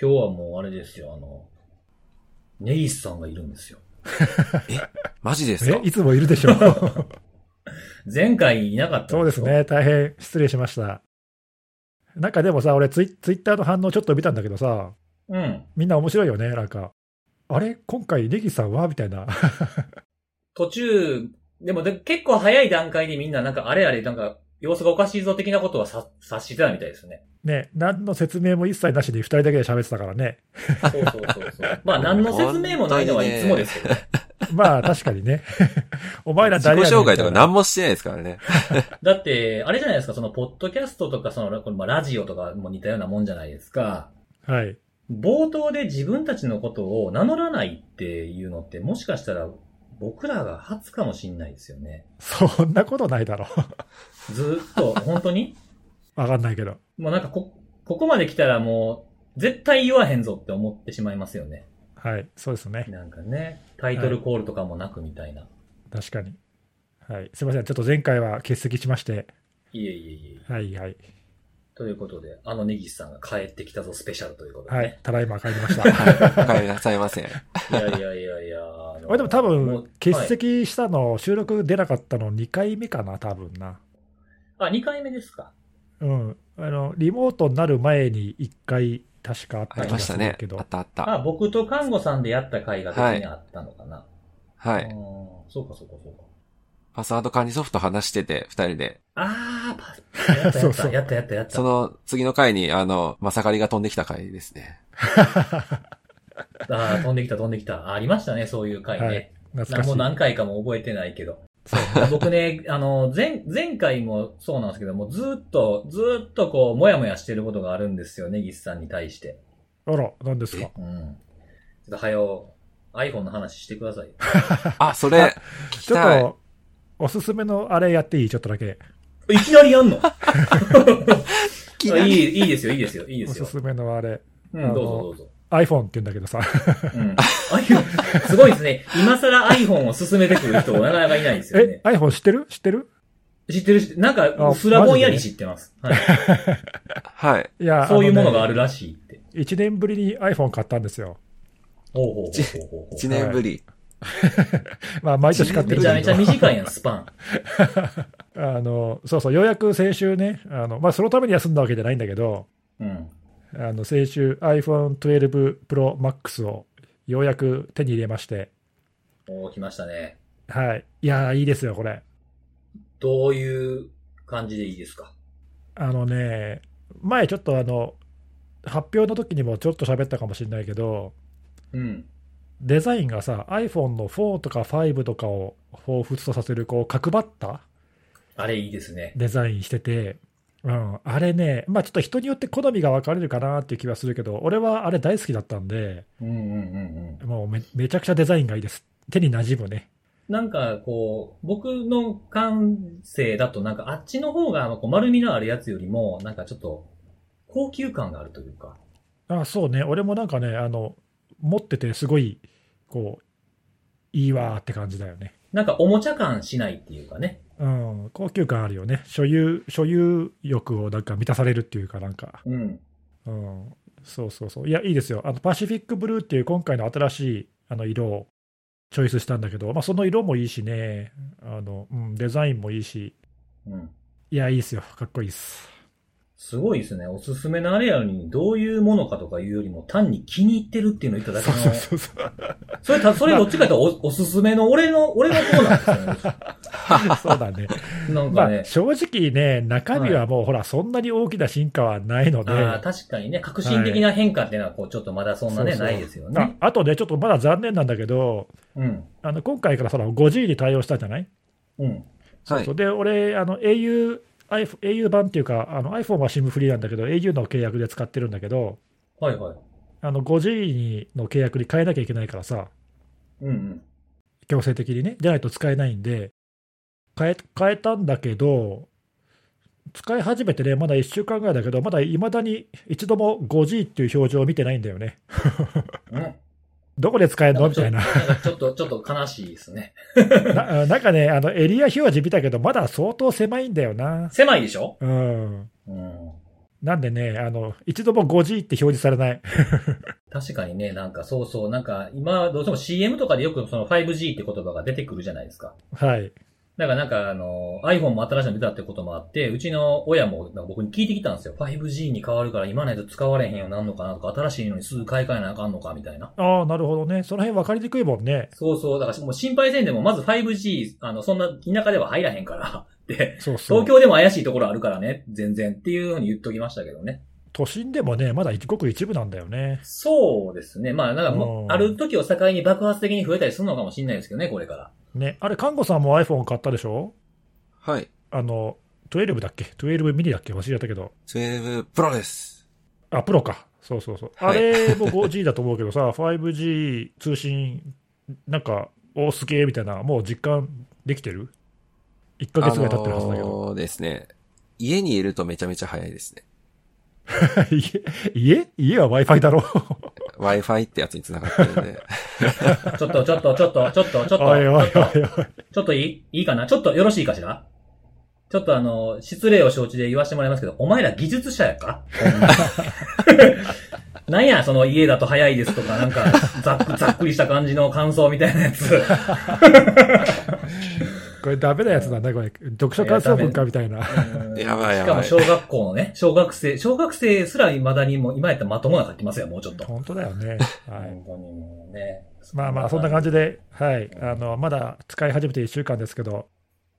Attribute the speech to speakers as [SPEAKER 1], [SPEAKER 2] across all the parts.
[SPEAKER 1] 今日はもうあれですよ、あの、ネイスさんがいるんですよ。
[SPEAKER 2] マジですか
[SPEAKER 3] え、いつもいるでしょ う。
[SPEAKER 1] 前回いなかった
[SPEAKER 3] そうですね。大変失礼しました。なんかでもさ、俺ツイ、ツイッターの反応ちょっと見たんだけどさ、
[SPEAKER 1] すね。うん。
[SPEAKER 3] みんな面白いよね、なんか。あれ今回、ネギさんはみたいな。
[SPEAKER 1] 途中、でもで結構早い段階でみんななんかあれあれなんか様子がおかしいぞ的なことはさ察してたみたいですね。
[SPEAKER 3] ね、何の説明も一切なしに2人だけで喋ってたからね。
[SPEAKER 1] そうそうそうそう。 まあ何の説明もないのはいつもですけど。
[SPEAKER 3] まあ、確かにね。 お前ら
[SPEAKER 2] 自己
[SPEAKER 3] 誰やねん
[SPEAKER 2] 紹介とか
[SPEAKER 3] みたいな
[SPEAKER 2] 何もしてないですからね。
[SPEAKER 1] だって、あれじゃないですか、そのポッドキャストとかそのこれまあラジオとかも似たようなもんじゃないですか。
[SPEAKER 3] はい。
[SPEAKER 1] 冒頭で自分たちのことを名乗らないっていうのってもしかしたら僕らが初かもしんないですよね。
[SPEAKER 3] そんなことないだろ
[SPEAKER 1] ずーっと、本当に
[SPEAKER 3] う。 わかんないけど。
[SPEAKER 1] もうなんかこ、ここまで来たらもう絶対言わへんぞって思ってしまいますよね。
[SPEAKER 3] はい。そうですね。
[SPEAKER 1] なんかね、タイトルコールとかもなくみたいな。
[SPEAKER 3] 確かに。はい。すいません。ちょっと前回は欠席しまして。
[SPEAKER 1] いえいえいえ。
[SPEAKER 3] はいはい。
[SPEAKER 1] ということで、あのネギスさんが帰ってきたぞスペシャルということで、
[SPEAKER 3] は
[SPEAKER 1] ね
[SPEAKER 3] い。。ただいま帰りました。
[SPEAKER 2] はい。お帰りなさいませ。
[SPEAKER 1] はい。いやいやいやいや。あの
[SPEAKER 3] 俺でも多
[SPEAKER 1] もう
[SPEAKER 3] 分、欠
[SPEAKER 1] はい
[SPEAKER 3] 席したの、収録出なかったの2回目かな、多分な。
[SPEAKER 1] あ、2回目ですか。
[SPEAKER 3] うん。あの、リモートになる前に1回、確かあっ
[SPEAKER 2] あ
[SPEAKER 3] た気
[SPEAKER 2] り
[SPEAKER 3] が
[SPEAKER 2] まし
[SPEAKER 3] す
[SPEAKER 2] た
[SPEAKER 3] る
[SPEAKER 2] ね
[SPEAKER 3] けど。。
[SPEAKER 2] あったあった。
[SPEAKER 1] あ、僕と看護さんでやった回が別にあったのかな。
[SPEAKER 2] はい。
[SPEAKER 1] うんそうかそうかそうか。
[SPEAKER 2] パスワード管理ソフト話してて、二人で。
[SPEAKER 1] あー、パス。や
[SPEAKER 3] そ
[SPEAKER 1] っ
[SPEAKER 3] う
[SPEAKER 1] た
[SPEAKER 3] そう
[SPEAKER 1] やったやったやったやった。
[SPEAKER 2] その次の回に、あの、まさかりが飛んできた回ですね。
[SPEAKER 1] あー飛んできた飛んできた。あありましたね、そういう回ね。
[SPEAKER 3] はい懐
[SPEAKER 1] な
[SPEAKER 3] かし
[SPEAKER 1] もう
[SPEAKER 3] い。
[SPEAKER 1] 何回かも覚えてないけど。僕ね、あの、前、前回もそうなんですけども、ずーっと、ずーっとこう、もやもやしてることがあるんですよね、ギスさんに対して。
[SPEAKER 3] あら、何ですか。
[SPEAKER 1] うん。ちょっと早う、iPhone の話してくださいよ。
[SPEAKER 2] あ、それ、聞き
[SPEAKER 3] ちょった
[SPEAKER 2] い。
[SPEAKER 3] と、おすすめのあれやっていいちょっとだけ。
[SPEAKER 1] いきなりやんの
[SPEAKER 2] き
[SPEAKER 1] いい、いいですよ、いいですよ、いいで
[SPEAKER 3] お
[SPEAKER 1] す
[SPEAKER 3] す
[SPEAKER 1] よ。
[SPEAKER 3] すめのあれ。
[SPEAKER 1] うん、どうぞどうぞ。
[SPEAKER 3] iPhone って言うんだけどさ。
[SPEAKER 1] うん。iPhone、すごい ですね。今更 iPhone を進めてくる人、なかなかいないですよ
[SPEAKER 3] え
[SPEAKER 1] ね、。
[SPEAKER 3] iPhone 知ってる知ってる
[SPEAKER 1] 知ってる人、なん
[SPEAKER 3] あ
[SPEAKER 1] か、すらぼんやり知ってます。はい、
[SPEAKER 2] はい。
[SPEAKER 3] いや、
[SPEAKER 1] そういうものがあ
[SPEAKER 3] る。
[SPEAKER 1] るらしいって。
[SPEAKER 3] 1年ぶりに iPhone 買ったんですよ。
[SPEAKER 1] ほうほうほうほうほうほう
[SPEAKER 2] 一年ぶり。
[SPEAKER 3] まあ、毎年買って
[SPEAKER 1] め
[SPEAKER 3] る
[SPEAKER 1] ちゃめ
[SPEAKER 3] け
[SPEAKER 1] ちゃ
[SPEAKER 3] ど。
[SPEAKER 1] 短いやん、ス パン。
[SPEAKER 3] あの、そうそう、ようやく先週ね、あの、まあ、そのために休んだわけじゃないんだけど、
[SPEAKER 1] うん。
[SPEAKER 3] あの先週 iPhone12 Pro Max をようやく手に入れまして、
[SPEAKER 1] おー、来ましたね。
[SPEAKER 3] はい、いやー、いいですよ、これ。
[SPEAKER 1] どういう感じでいいですか
[SPEAKER 3] あのね、前ちょっとあの発表の時にもちょっと喋ったかもしれないけど、
[SPEAKER 1] うん。
[SPEAKER 3] デザインがさ、iPhone の4とか5とかを彷彿とさせる、こう角張った
[SPEAKER 1] あれいいですね。
[SPEAKER 3] デザインしてて、うん、あれね、まあ、ちょっと人によって好みが分かれるかなっていう気はするけど、俺はあれ大好きだったんで、
[SPEAKER 1] うんうんうんうん。
[SPEAKER 3] もうめめちゃくちゃデザインがいいです。手に馴染むね。
[SPEAKER 1] なんか、こう、僕の感性だと、なんか、あっちの方が、あのこう丸みのあるやつよりも、なんかちょっと、高級感があるというか。
[SPEAKER 3] あそうね、俺もなんかね、あの持ってて、すごいこういいわーって感じだよね。
[SPEAKER 1] なんか、おもちゃ感しないっていうかね。
[SPEAKER 3] うん、高級感あるよね、所有所有欲をなんか満たされるっていうか、なんか、
[SPEAKER 1] うん。
[SPEAKER 3] うん、そうそうそう、いや、いいですよ、あのパシフィックブルーっていう今回の新しいあの色をチョイスしたんだけど、まあ、その色もいいしねあの、うん、デザインもいいし、
[SPEAKER 1] うん。
[SPEAKER 3] いや、いいですよ、かっこいいです。
[SPEAKER 1] すごいですね。おすすめのあれやのに、どういうものかとかいうよりも、単に気に入ってるっていうのを言っただけ
[SPEAKER 3] そう
[SPEAKER 1] の。
[SPEAKER 3] そうそ うそう、
[SPEAKER 1] それた、それどっちかというとお、おすすめの、俺の、俺の方なんですよ
[SPEAKER 3] そうだ ね。
[SPEAKER 1] ね。なん
[SPEAKER 3] ま
[SPEAKER 1] か
[SPEAKER 3] あ、
[SPEAKER 1] ね。
[SPEAKER 3] 正直ね、中身はもう、ほら、そんなに大きな進化はないので、
[SPEAKER 1] ああ、確かにね、革新的な変化っていうのは、こう、ちょっとまだそんなね、
[SPEAKER 3] そうそ
[SPEAKER 1] な
[SPEAKER 3] う
[SPEAKER 1] いですよ
[SPEAKER 3] あ
[SPEAKER 1] ね。
[SPEAKER 3] あとね、ちょっとまだ残念なんだけど、
[SPEAKER 1] うん。
[SPEAKER 3] あの今回からその 5G に対応したじゃない、
[SPEAKER 1] うん。
[SPEAKER 2] はい
[SPEAKER 3] そう。で、俺、あの au、iPhone- au 版っていうか、あの iPhone は SIM フリーなんだけど、au の契約で使ってるんだけど、
[SPEAKER 1] はいはい。
[SPEAKER 3] あの 5G にの契約に変えなきゃいけないからさ、
[SPEAKER 1] うんうん。
[SPEAKER 3] 強制的にね、じゃないと使えないんで、変え変えたんだけど、使い始めてね、まだ1週間ぐらいだけど、まだいまだに一度も 5G っていう表示を見てないんだよね。
[SPEAKER 1] うん。
[SPEAKER 3] どこで使えるのみたいな。
[SPEAKER 1] んかちょっと、ちょっと悲しいですね。
[SPEAKER 3] な なんかね、あのエリア表示見たけど、まだ相当狭いんだよな。
[SPEAKER 1] 狭いでしょ
[SPEAKER 3] うん。
[SPEAKER 1] うん。
[SPEAKER 3] なんでね、あの、一度も 5G って表示されない。
[SPEAKER 1] 確かにね、なんかそうそう、なんか今どうしても CM とかでよくその 5G って言葉が出てくるじゃないですか。
[SPEAKER 3] はい。
[SPEAKER 1] だからなんかあの、iPhone も新しいの出たってこともあって、うちの親もなんか僕に聞いてきたんですよ。5G に変わるから今のやつ使われへんようになんのかなとか、新しいのにすぐ買い替えなあかんのかみたいな。
[SPEAKER 3] ああ、なるほどね。その辺分かりにくいもんね。
[SPEAKER 1] そうそう、だからもう心配せんでもまず 5G、あの、そんな田舎では入らへんから。 で、
[SPEAKER 3] そうそう。
[SPEAKER 1] 東京でも怪しいところあるからね、全然っていうふうに言っときましたけどね。
[SPEAKER 3] 都心でもね、まだごく一部なんだよね。
[SPEAKER 1] そうですね。まあ、なんかも
[SPEAKER 3] う
[SPEAKER 1] う、
[SPEAKER 3] ん
[SPEAKER 1] ある時を境に爆発的に増えたりするのかもしれないですけどね、これから。
[SPEAKER 3] ね、あれ、看護さんも iPhone 買ったでしょ
[SPEAKER 2] はい。
[SPEAKER 3] あの、12だっけ ?12 ミニだっけ忘れちゃったけど。
[SPEAKER 2] 12プロです。
[SPEAKER 3] あ、プロか。そうそうそう。あ
[SPEAKER 2] はい
[SPEAKER 3] れも 5G だと思うけどさ、5G 通信、なんか、おすげえみたいな、もう実感できてる ?1 ヶ月ぐらい経ってるはずだけど。
[SPEAKER 2] そうですね。家にいるとめちゃめちゃ早いですね。
[SPEAKER 3] 家家家は Wi-Fi だろ
[SPEAKER 2] Wi-Fi ってやつに繋がってるんで。
[SPEAKER 1] ちょっと、ちょっと、ちょっと、ちょっと、 ちょっと、ち
[SPEAKER 3] おいおいお
[SPEAKER 1] ょ
[SPEAKER 3] い
[SPEAKER 1] っと、
[SPEAKER 3] おい。
[SPEAKER 1] ちょっといいいいかなちょっとよろしいかしらちょっとあの、失礼を承知で言わせてもらいますけど、お前ら技術者やか なんや、その家だと早いですとか、なんか、ざっく、ざっくりした感じの感想みたいなやつ。
[SPEAKER 3] これダメなやつなんだ、これ。読書感想文かみたいな。
[SPEAKER 2] やばい
[SPEAKER 1] し
[SPEAKER 2] や
[SPEAKER 1] かも
[SPEAKER 2] ばい
[SPEAKER 1] 小。学校のね、小学生、小学生すら未だにもう、今やったらまともな書きますよ、もうちょっと。
[SPEAKER 3] 本当だよ ね。はい。
[SPEAKER 1] 本当にもうね。
[SPEAKER 3] まあまあ、そんな感
[SPEAKER 1] じ。
[SPEAKER 3] じで、はい。あの、まだ使い始めて1週間ですけど、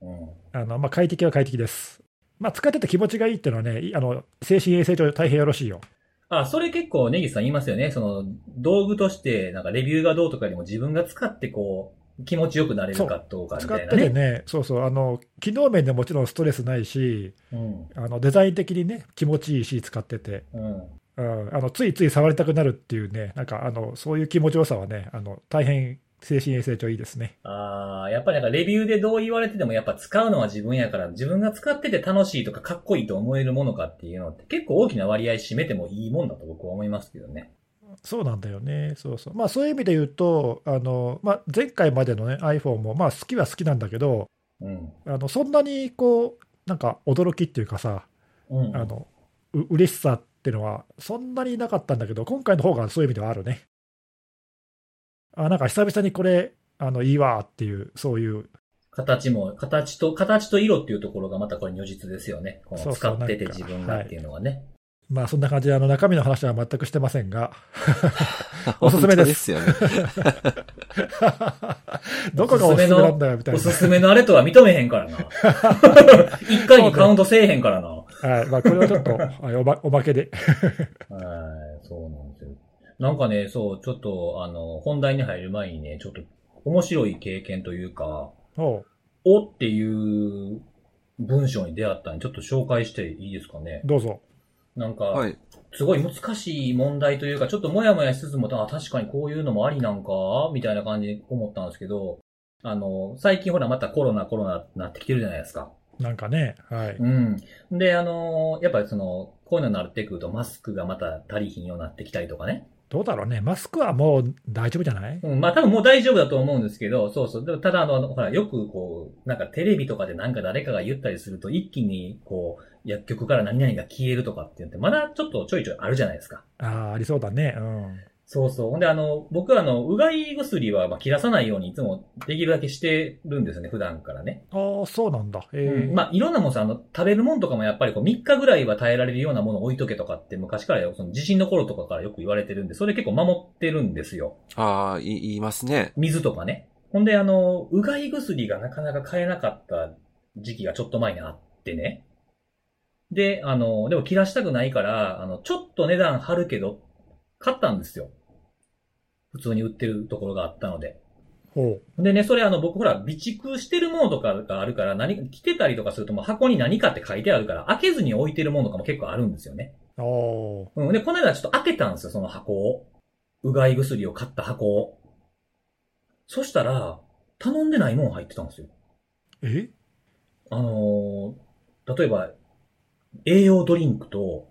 [SPEAKER 1] うん。
[SPEAKER 3] あの、まあ、快適は快適です。まあ、使ってて気持ちがいいっていうのはね、いあの、精神衛生上大変よろしいよ。
[SPEAKER 1] あ、それ結構ネギさん言いますよね。その、道具として、なんかレビューがどうとかよりも自分が使ってこう、気持ちよくなれるかどうかみ
[SPEAKER 3] 使
[SPEAKER 1] たい
[SPEAKER 3] っ
[SPEAKER 1] な
[SPEAKER 3] て
[SPEAKER 1] ね。
[SPEAKER 3] てね、そうそう、あの、機能面でもちろんストレスないし、
[SPEAKER 1] うん。
[SPEAKER 3] あの、デザイン的にね、気持ちいいし、使ってて。
[SPEAKER 1] うん。
[SPEAKER 3] うん、あのついつい触りたくなるっていうね、なんかあのそういう気持ちよさはね、あの大変精神衛生上いいですね。
[SPEAKER 1] ああ、やっぱりなんかレビューでどう言われててもやっぱ使うのは自分やから、自分が使ってて楽しいとかかっこいいと思えるものかっていうのって結構大きな割合占めてもいいもんだと僕は思いますけどね。
[SPEAKER 3] そうなんだよね、そうそう。まあそういう意味で言うと、あのまあ、前回までの、ね、iPhone も、まあ、好きは好きなんだけど、
[SPEAKER 1] うん。
[SPEAKER 3] あのそんなにこう、なんか驚きっていうかさ、
[SPEAKER 1] うん。
[SPEAKER 3] あのう嬉しさっていうのは、そんなになかったんだけど、今回の方がそういう意味ではあるね。あなんか久々にこれ、あのいいわっていう、そういう、
[SPEAKER 1] 形も、形と、形と色っていうところがまたこれ如実ですよね。こ
[SPEAKER 3] そ
[SPEAKER 1] の
[SPEAKER 3] うそ
[SPEAKER 1] 使
[SPEAKER 3] う
[SPEAKER 1] ってて
[SPEAKER 3] なんか
[SPEAKER 1] 自分がっていうのはね。
[SPEAKER 3] まあそんな感じで、あの中身の話は全くしてませんが。おすすめです
[SPEAKER 2] 本当ですよね。
[SPEAKER 3] どこがおすすめなんだよみたい
[SPEAKER 1] お
[SPEAKER 3] な。
[SPEAKER 1] すすめのあれとは認めへん からな。一回にカウントせえへんからな。は
[SPEAKER 3] はい。まあ、これはちょっと、はいおま、おまけで。
[SPEAKER 1] い、そうなんですよ。なんかね、そう、ちょっと、あの、本題に入る前にね、ちょっと面白い経験というか、
[SPEAKER 3] おう
[SPEAKER 1] おっていう文章に出会ったんで、ちょっと紹介していいですかね。
[SPEAKER 3] どうぞ。
[SPEAKER 1] なんか、
[SPEAKER 2] はい。
[SPEAKER 1] すごい難しい問題というか、ちょっともやもやしつつも、あ、確かにこういうのもありなんかみたいな感じに思ったんですけど、あの、最近ほらまたコロナコロナってなってきてるじゃないですか。
[SPEAKER 3] なんかね、はい。
[SPEAKER 1] うん。で、あのーやっぱりその、こういうのになってくるとマスクがまた足りひんようになってきたりとかね。
[SPEAKER 3] どうだろうね。マスクはもう大丈夫じゃない
[SPEAKER 1] うん、まあ多分もう大丈夫だと思うんですけど、そうそう。でもただあの、ほら、よくこう、なんかテレビとかでなんか誰かが言ったりすると、一気にこう、薬局から何々が消えるとかって言って、まだちょっとちょいちょいあるじゃないですか。
[SPEAKER 3] ああ、ありそうだね。うん。
[SPEAKER 1] そうそう。ほんで、あの、僕はあの、うがい薬は、まあ、切らさないようにいつもできるだけしてるんですね、普段からね。
[SPEAKER 3] ああ、そうなんだ。え
[SPEAKER 1] う
[SPEAKER 3] ー
[SPEAKER 1] んまあ、いろんなもんさ、あの、食べるもんとかもやっぱりこう、3日ぐらいは耐えられるようなものを置いとけとかって昔からよ、その地震の頃とかからよく言われてるんで、それ結構守ってるんですよ。
[SPEAKER 2] ああ、い言いますね。
[SPEAKER 1] 水とかね。ほんで、あの、うがい薬がなかなか買えなかった時期がちょっと前にあってね。で、あの、でも切らしたくないから、あの、ちょっと値段張るけど、買ったんですよ。普通に売ってるところがあったので。
[SPEAKER 3] ほう。
[SPEAKER 1] でね、それあの、僕ほら、備蓄してるものとかがあるから、何、着てたりとかするともう箱に何かって書いてあるから、開けずに置いてるものとかも結構あるんですよね。
[SPEAKER 3] あー
[SPEAKER 1] うん。で、この間ちょっと開けたんですよ、その箱を。うがい薬を買った箱を。そしたら、頼んでないもん入ってたんですよ。
[SPEAKER 3] え
[SPEAKER 1] あのー例えば、栄養ドリンクと、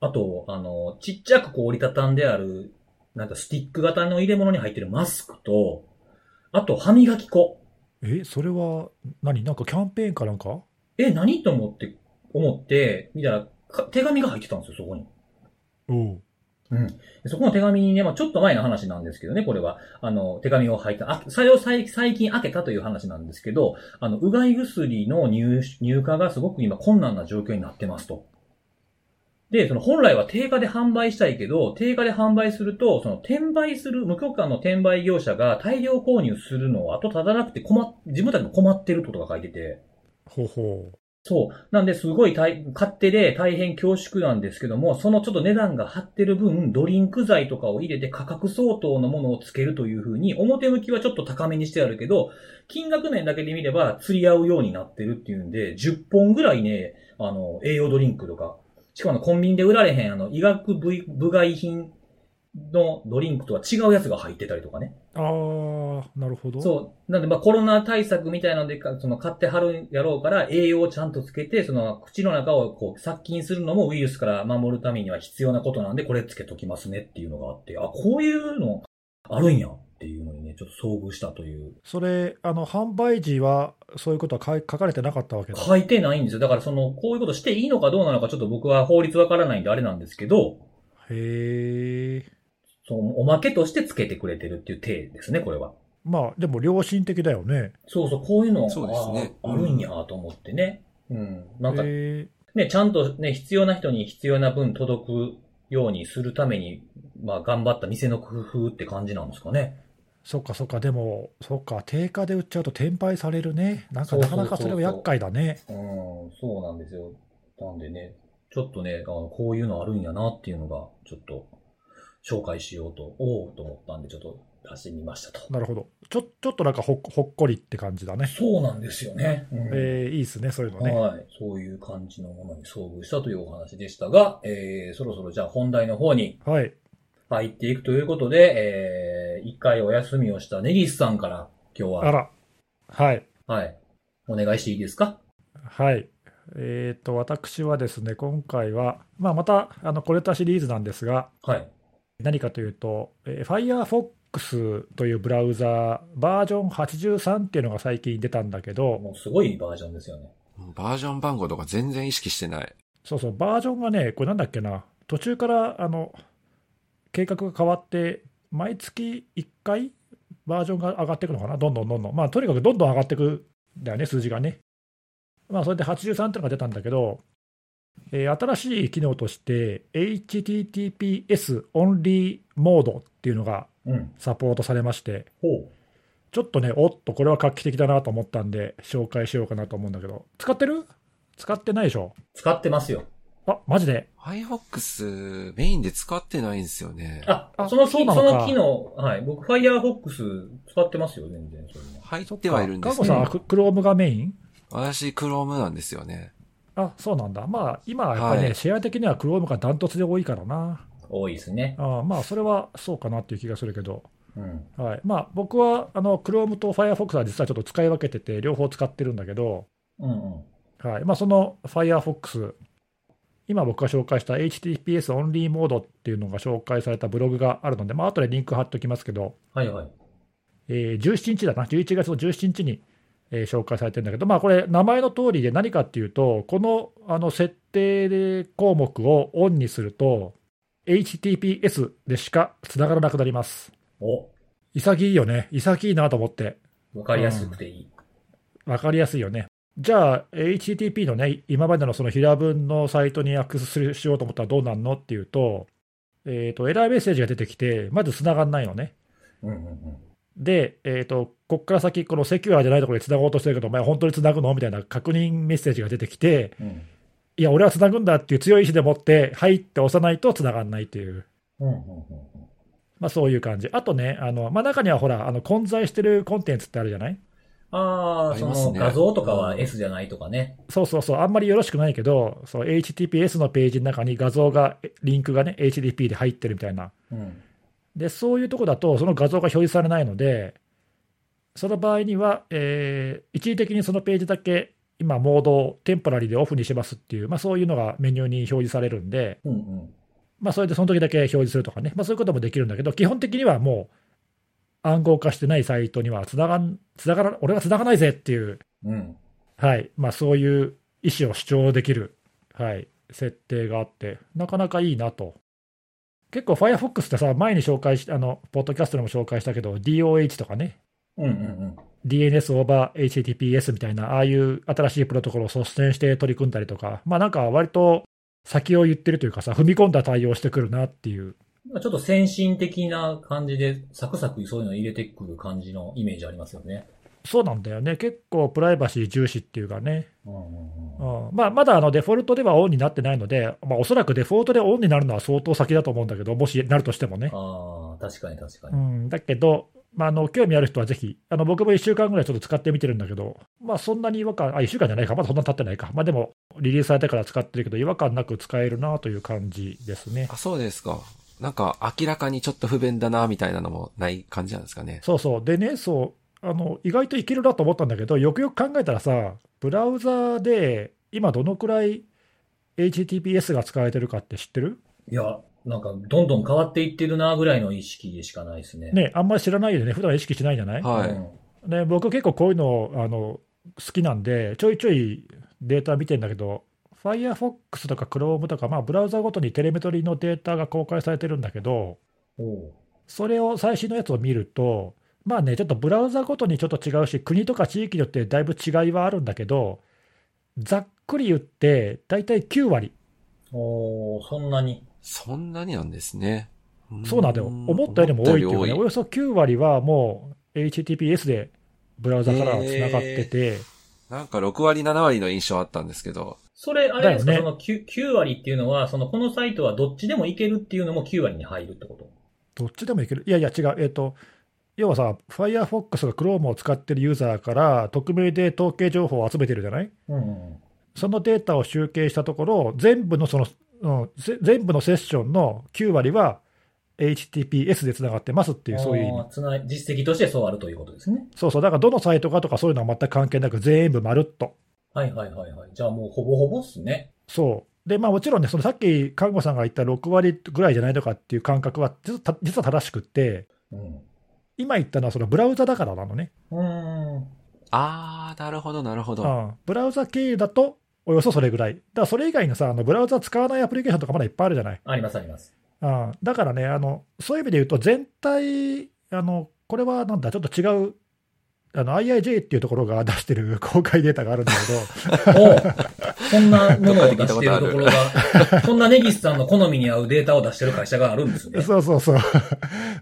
[SPEAKER 1] あと、あのーちっちゃくこう折りたたんである、なんかスティック型の入れ物に入ってるマスクと、あと歯磨き粉。
[SPEAKER 3] えそれは、何なんかキャンペーンかなんか
[SPEAKER 1] え、何と思って、思って、見たら、か手紙が入ってたんですよ、そこに。
[SPEAKER 3] おう
[SPEAKER 1] うん。そこの手紙にね、まあちょっと前の話なんですけどね、これは。あの、手紙を入った、あ、それを最最近開けたという話なんですけど、あの、うがい薬の入手、入荷がすごく今困難な状況になってますと。で、その本来は定価で販売したいけど、定価で販売すると、その転売する、無許可の転売業者が大量購入するのを後立たなくて困っ、自分たちも困ってることが書いてて。
[SPEAKER 3] ほうほう。
[SPEAKER 1] そう。なんで、すごい大勝手で大変恐縮なんですけども、そのちょっと値段が張ってる分、ドリンク剤とかを入れて価格相当のものをつけるというふうに、表向きはちょっと高めにしてあるけど、金額面だけで見れば釣り合うようになってるっていうんで、10本ぐらいね、あの、栄養ドリンクとか、しかもコンビニで売られへん、あの、医学部部外品のドリンクとは違うやつが入ってたりとかね。
[SPEAKER 3] ああ、なるほど。
[SPEAKER 1] そう。なんで、まあ、コロナ対策みたいなのでか、その、買ってはるんやろうから、栄養をちゃんとつけて、その、口の中をこう、殺菌するのもウイルスから守るためには必要なことなんで、これつけときますねっていうのがあって、あ、こういうの、あるんやっていうのにね、ちょっと遭遇したという。
[SPEAKER 3] それ、あの、販売時は、そういうことは書い書かれてなかったわけだ。
[SPEAKER 1] 書いてないんですよ。だから、その、こういうことしていいのかどうなのか、ちょっと僕は法律わからないんであれなんですけど、
[SPEAKER 3] へえ。
[SPEAKER 1] その、おまけとしてつけてくれてるっていう体ですね、これは。
[SPEAKER 3] まあ、でも良心的だよね。
[SPEAKER 1] そうそう、こういうの、
[SPEAKER 2] そうですね
[SPEAKER 1] ああるんやと思ってね。うん。なんか、
[SPEAKER 3] へえ。
[SPEAKER 1] ね、ちゃんとね、必要な人に必要な分届くようにするために、まあ、頑張った店の工夫って感じなんですかね。
[SPEAKER 3] そっかそっか、でも、そっか、定価で売っちゃうと転売されるね。なんか
[SPEAKER 1] そうそ
[SPEAKER 3] な
[SPEAKER 1] うそ
[SPEAKER 3] か
[SPEAKER 1] うそう
[SPEAKER 3] なかそれは厄介だね。
[SPEAKER 1] うん、そうなんですよ。なんでね、ちょっとね、あのこういうのあるんやなっていうのが、ちょっと、紹介しようと、おおと思ったんで、ちょっと出してみましたと。
[SPEAKER 3] なるほど。ちょ、ちょっとなんかほっほっこりって感じだね。
[SPEAKER 1] そうなんですよね。うん
[SPEAKER 3] えー、いいっすね、そういうのね。
[SPEAKER 1] はい。そういう感じのものに遭遇したというお話でしたが、えー、そろそろじゃあ本題の方に
[SPEAKER 3] はい。
[SPEAKER 1] 入っていくということで、えー、一回お休みをしたネギスさんから今日
[SPEAKER 3] あ
[SPEAKER 1] は、
[SPEAKER 3] ら。はい。
[SPEAKER 1] はい、お願いしていいですか
[SPEAKER 3] はい。えっ、と、私はですね、今回は、まあ、また、あの、コレタシリーズなんですが、
[SPEAKER 1] はい。
[SPEAKER 3] 何かというと、えー Firefox というブラウザー、バージョン83っていうのが最近出たんだけど、
[SPEAKER 1] もうすごいバージョンですよね。
[SPEAKER 2] もうバージョン番号とか全然意識してない。
[SPEAKER 3] そうそう、バージョンがね、これなんだっけな、途中から、あの、計画が変わって、毎月1回、バージョンが上がっていくのかな、どんどんどんどん。まあ、とにかくどんどん上がっていくんだよね、数字がね。まあ、それで83っていうのが出たんだけど、えー新しい機能として、HTTPS オンリーモードっていうのが
[SPEAKER 1] うん。
[SPEAKER 3] サポートされまして、
[SPEAKER 1] ほ
[SPEAKER 3] ちょっとね、おっと、これは画期的だなと思ったんで、紹介しようかなと思うんだけど、使ってる使ってないでしょ
[SPEAKER 1] う。使ってますよ。
[SPEAKER 3] あ、マジで
[SPEAKER 2] Firefox メインで使ってないんですよね。
[SPEAKER 1] あ、
[SPEAKER 3] あ
[SPEAKER 1] その機
[SPEAKER 3] そうなの
[SPEAKER 1] そ
[SPEAKER 3] か
[SPEAKER 1] の機能、はい。僕、Firefox 使ってますよ、全然。それも
[SPEAKER 2] 入ってはいるんで
[SPEAKER 3] か
[SPEAKER 2] す
[SPEAKER 3] ご
[SPEAKER 2] け
[SPEAKER 3] さ
[SPEAKER 2] ど
[SPEAKER 3] ん、、クロームがメイン
[SPEAKER 2] 私 Chrome なんですよね。
[SPEAKER 3] あ、そうなんだ。まあ、今はやっぱりね、
[SPEAKER 2] はい
[SPEAKER 3] シェア的にはクロームがダントツで多いからな。
[SPEAKER 1] 多いですね。
[SPEAKER 3] あまあ、それはそうかなっていう気がするけど、
[SPEAKER 1] うん。
[SPEAKER 3] はい。まあ、僕は、あの、クロームと Firefox は実はちょっと使い分けてて、両方使ってるんだけど、
[SPEAKER 1] うんうん。
[SPEAKER 3] はい。まあ、その Firefox、今僕が紹介した HTTPS オンリーモードっていうのが紹介されたブログがあるので、まあ、後でリンク貼っておきますけど、
[SPEAKER 1] はいはい。
[SPEAKER 3] えー17日だな、11月の17日に、えー紹介されてるんだけど、まあ、これ、名前の通りで何かっていうと、このあの設定項目をオンにすると、HTTPS でしかつながらなくなります。
[SPEAKER 1] お、
[SPEAKER 3] 潔いよね、潔いなと思って、
[SPEAKER 1] わかりやすくていい。
[SPEAKER 3] 分かりやすいよね。じゃあ、HTTP のね、今までのその平文のサイトにアクセスするしようと思ったらどうなんのっていうと、えーと、エラーメッセージが出てきて、まずつながんないのね。
[SPEAKER 1] うんうんうん。
[SPEAKER 3] で、えー、とここから先、このセキュアじゃないところに繋ごうとしてるけど、お前、本当に繋ぐのみたいな確認メッセージが出てきて、
[SPEAKER 1] うん。
[SPEAKER 3] いや、俺は繋ぐんだっていう強い意志でもって、はいって押さないと繋がんないっていう、
[SPEAKER 1] うんうんうんうん。
[SPEAKER 3] まあ、そういう感じ、あとね、あのまあ、中にはほら、あの混在してるコンテンツってあるじゃない
[SPEAKER 1] あ
[SPEAKER 2] あ
[SPEAKER 1] ー、
[SPEAKER 2] り
[SPEAKER 1] そ
[SPEAKER 2] ます
[SPEAKER 1] の
[SPEAKER 2] ね
[SPEAKER 1] 画像とかは
[SPEAKER 2] うん
[SPEAKER 1] S じゃないとかね。
[SPEAKER 3] そうそうそう、あんまりよろしくないけど、そう HTTPS のページの中に画像が、えリンクがね、HTTP で入ってるみたいな、
[SPEAKER 1] うん。
[SPEAKER 3] でそういうとこだと、その画像が表示されないので、その場合には、えー一時的にそのページだけ、今、モードをテンポラリーでオフにしますっていう、まあ、そういうのがメニューに表示されるんで、
[SPEAKER 1] うんうん。
[SPEAKER 3] まあ、それでその時だけ表示するとかね、まあ、そういうこともできるんだけど、基本的にはもう、暗号化してないサイトにはつながん、つながら、俺はつながないぜっていう、
[SPEAKER 1] うん。
[SPEAKER 3] はいまあ、そういう意思を主張できる、はい、設定があって、なかなかいいなと。結構 Firefox ってさ、前に紹介し、あの、ポッドキャストでも紹介したけど、DOH とかね、
[SPEAKER 1] うんうん
[SPEAKER 3] DNS over HTTPS みたいな、ああいう新しいプロトコルを率先して取り組んだりとか、まあなんか割と先を言ってるというかさ、踏み込んだ対応してくるなっていう。
[SPEAKER 1] うん。まあちょっと先進的な感じで、サクサクそういうの入れてくる感じのイメージありますよね。
[SPEAKER 3] そうなんだよね。結構プライバシー重視っていうかね。
[SPEAKER 1] うんうんう
[SPEAKER 3] う
[SPEAKER 1] ん。
[SPEAKER 3] んまあ、まだあのデフォルトではオンになってないので、まあ、おそらくデフォルトでオンになるのは相当先だと思うんだけど、もしなるとしてもね。
[SPEAKER 1] ああ、確かに確か
[SPEAKER 3] う
[SPEAKER 1] に。
[SPEAKER 3] ん、だけど、まあ、あの興味ある人はぜひ、あの僕も1週間ぐらいちょっと使ってみてるんだけど、まあ、そんなに違和感、あ、1週間じゃないか、まだそんなに経ってないか、まあ、でも、リリースされてから使ってるけど、違和感なく使えるなという感じですね。
[SPEAKER 2] あ、そうですか。なんか明らかにちょっと不便だな、みたいなのもない感じなんですかね。
[SPEAKER 3] そうそう、でね、そうあの意外といけるなと思ったんだけど、よくよく考えたらさ、ブラウザーで今、どのくらい HTTPS が使われてるかって知ってる
[SPEAKER 1] いや、なんか、どんどん変わっていってるなぐらいの意識でしかないですね。。
[SPEAKER 3] ね、あんまり知らないよね、普段意識しないじゃない、
[SPEAKER 2] は
[SPEAKER 1] うん
[SPEAKER 2] い。
[SPEAKER 3] ね、僕結構こういうのあの好きなんで、ちょいちょいデータ見てんだけど、Firefox とか Chrome とか、まあ、ブラウザごとにテレメトリのデータが公開されてるんだけど、
[SPEAKER 1] おう
[SPEAKER 3] それを最新のやつを見ると、まあね、ちょっとブラウザごとにちょっと違うし、国とか地域によってだいぶ違いはあるんだけど、ざっくり言って、大体9割、
[SPEAKER 1] おーそんなに。
[SPEAKER 2] そんなになんですね。ー
[SPEAKER 3] そうなんだよ、思ったよりも多いっていうかね、お
[SPEAKER 2] 思っ
[SPEAKER 3] よそ9割はもう HTTPS でブラウザからはつながってて。
[SPEAKER 2] たなんか6割、7割の印象あったんですけど。
[SPEAKER 1] それ、あれですか、
[SPEAKER 3] だ
[SPEAKER 1] そ
[SPEAKER 3] よ
[SPEAKER 1] の 9, 9割っていうのは、そのこのサイトはどっちでもいけるっていうのも9割に入るってこと
[SPEAKER 3] どっちでもいける、いやいや、違う、えっ、と、要はさ、Firefox が Chrome を使ってるユーザーから、匿名で統計情報を集めてるじゃない
[SPEAKER 1] うん、うん。
[SPEAKER 3] そのデータを集計したところ、全部のその、うん、ぜ全部のセッションの9割は HTTPS でつながってますっていう、そういう意
[SPEAKER 1] あ
[SPEAKER 3] 味
[SPEAKER 1] ー。つな実績としてそうあるということですね。
[SPEAKER 3] そうそう、だからどのサイトかとかそういうのは全く関係なく、全部まるっと。
[SPEAKER 1] はいはいはいはい。じゃあもうほぼほぼっすね。
[SPEAKER 3] そう。で、まあもちろんね、そのさっき、看護さんが言った6割ぐらいじゃないとかっていう感覚は、実は実は正しくって、
[SPEAKER 1] うん。
[SPEAKER 3] 今言ったのはそのブラウザだからなのね。
[SPEAKER 1] うーん。
[SPEAKER 2] あー、なるほど、なるほど。
[SPEAKER 3] うん、ブラウザ経由だとおよそそれぐらい。だからそれ以外のさ、あのブラウザ使わないアプリケーションとかまだいっぱいあるじゃない。
[SPEAKER 1] ありますあります。
[SPEAKER 3] うん、だからねあの、そういう意味で言うと、全体、あのこれはなんだ、ちょっと違う。あの IIJ っていうところが出してる 公開データがあるんだけど、
[SPEAKER 1] おうこんなものを出してるところ
[SPEAKER 2] どっ
[SPEAKER 1] が、こんなネギスさんの好みに合うデータを出してる会社があるんです ね。
[SPEAKER 3] そうそう そう、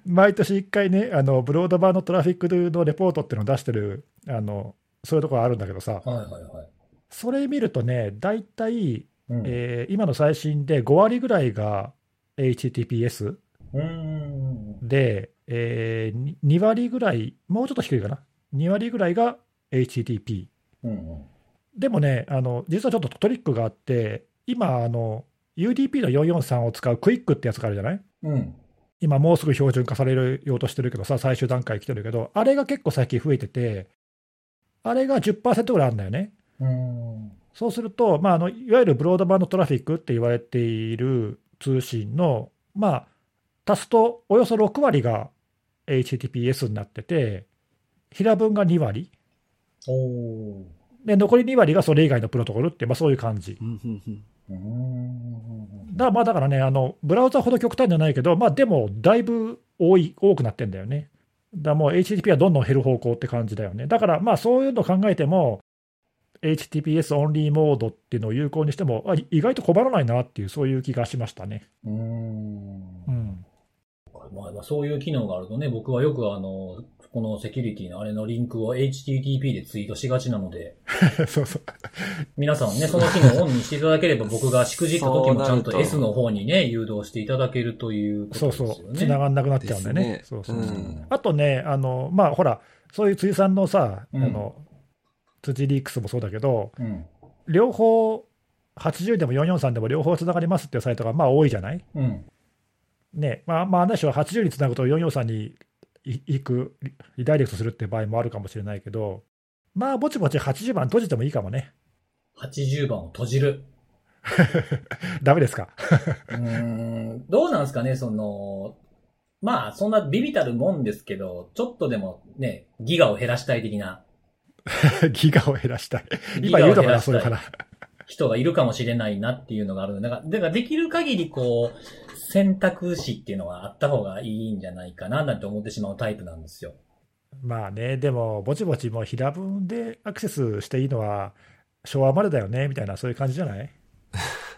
[SPEAKER 3] 毎年1回ね、あのブロードバーのトラフィックのレポートっていうのを出してる、あのそういうところがあるんだけど
[SPEAKER 1] は
[SPEAKER 3] さ、
[SPEAKER 1] いはいはい。
[SPEAKER 3] それ見るとね、大体、
[SPEAKER 1] うん。
[SPEAKER 3] えー今の最新で5割ぐらいが HTTPS、
[SPEAKER 1] うーん。
[SPEAKER 3] で、えーに2割ぐらい、もうちょっと低いかな、2割ぐらいが HTTP。
[SPEAKER 1] うんうん。
[SPEAKER 3] でもね、あの実はちょっとトリックがあって、今あの、UDP の443を使うクイックってやつがあるじゃない
[SPEAKER 1] うん。
[SPEAKER 3] 今、もうすぐ標準化されるようとしてるけどさ、最終段階来てるけど、あれが結構最近増えてて、あれが10%ぐらいあるんだよね。
[SPEAKER 1] うーん。
[SPEAKER 3] そうすると、まあ、あのいわゆるブロードバンドトラフィックって言われている通信の、まあ、足すとおよそ6割が HTTPS になってて、平分が2割、
[SPEAKER 1] おー。
[SPEAKER 3] で残り2割がそれ以外のプロトコルって、まあ、そういう感じ。
[SPEAKER 2] うんうんうん
[SPEAKER 1] うーん。
[SPEAKER 3] だまあ、だからねあの、ブラウザほど極端じゃないけど、まあ、でもだいぶ多い多くなってんだよね。だからもう HTTP はどんどん減る方向って感じだよね。だからまあそういうの考えても、HTTPS オンリーモードっていうのを有効にしても、あ意外と困らないなっていう、そういう気がしましたね。
[SPEAKER 1] うーん
[SPEAKER 3] うん、
[SPEAKER 1] まあまあ、そういう機能があるとね、僕はよくあの、このセキュリティのあれのリンクを HTTP でツイートしがちなので、
[SPEAKER 3] そうそう
[SPEAKER 1] 皆さんね、その機能をオンにしていただければ、僕がしくじった時もちゃん
[SPEAKER 2] そう
[SPEAKER 1] と
[SPEAKER 2] なると
[SPEAKER 1] S の方にね、誘導していただけるということ
[SPEAKER 3] そう
[SPEAKER 1] ですよね。
[SPEAKER 3] そう、つながんなくなっちゃうんだよね。
[SPEAKER 2] です
[SPEAKER 3] そ
[SPEAKER 2] ね
[SPEAKER 3] うそう
[SPEAKER 2] うん
[SPEAKER 3] あとね、あのまあ、ほら、そういう辻さんのさ、
[SPEAKER 1] うん
[SPEAKER 3] あの辻リークスもそうだけど、
[SPEAKER 1] うん。
[SPEAKER 3] 両方、80でも443でも両方つながりますっていうサイトがまあ多いじゃない
[SPEAKER 1] うん。
[SPEAKER 3] ね、まあ、まあ、話は80につなぐと443にい行く、リダイレクトするっていう場合もあるかもしれないけど、まあ、ぼちぼち80番閉じてもいいかもね。
[SPEAKER 1] 80番を閉じる。
[SPEAKER 3] ダメですか。
[SPEAKER 1] うーん。どうなんですかね、その、まあ、そんなビビたるもんですけど、ちょっとでもね、ギガを減らしたい的な。
[SPEAKER 3] ギガを減らしたい。
[SPEAKER 1] ギ
[SPEAKER 3] 今
[SPEAKER 1] ガ
[SPEAKER 3] 言
[SPEAKER 1] を
[SPEAKER 3] う
[SPEAKER 1] 減
[SPEAKER 3] のからな、
[SPEAKER 1] した
[SPEAKER 3] そ
[SPEAKER 1] い
[SPEAKER 3] れから。
[SPEAKER 1] 人がいるかもしれないなっていうのがあるので、だから、だからできる限りこう、選択肢っていうのはあった方がいいんじゃないかな、なんて思ってしまうタイプなんですよ。
[SPEAKER 3] まあね、でも、ぼちぼちもう平分でアクセスしていいのは、昭和までだよねみたいな、そういう感じじゃない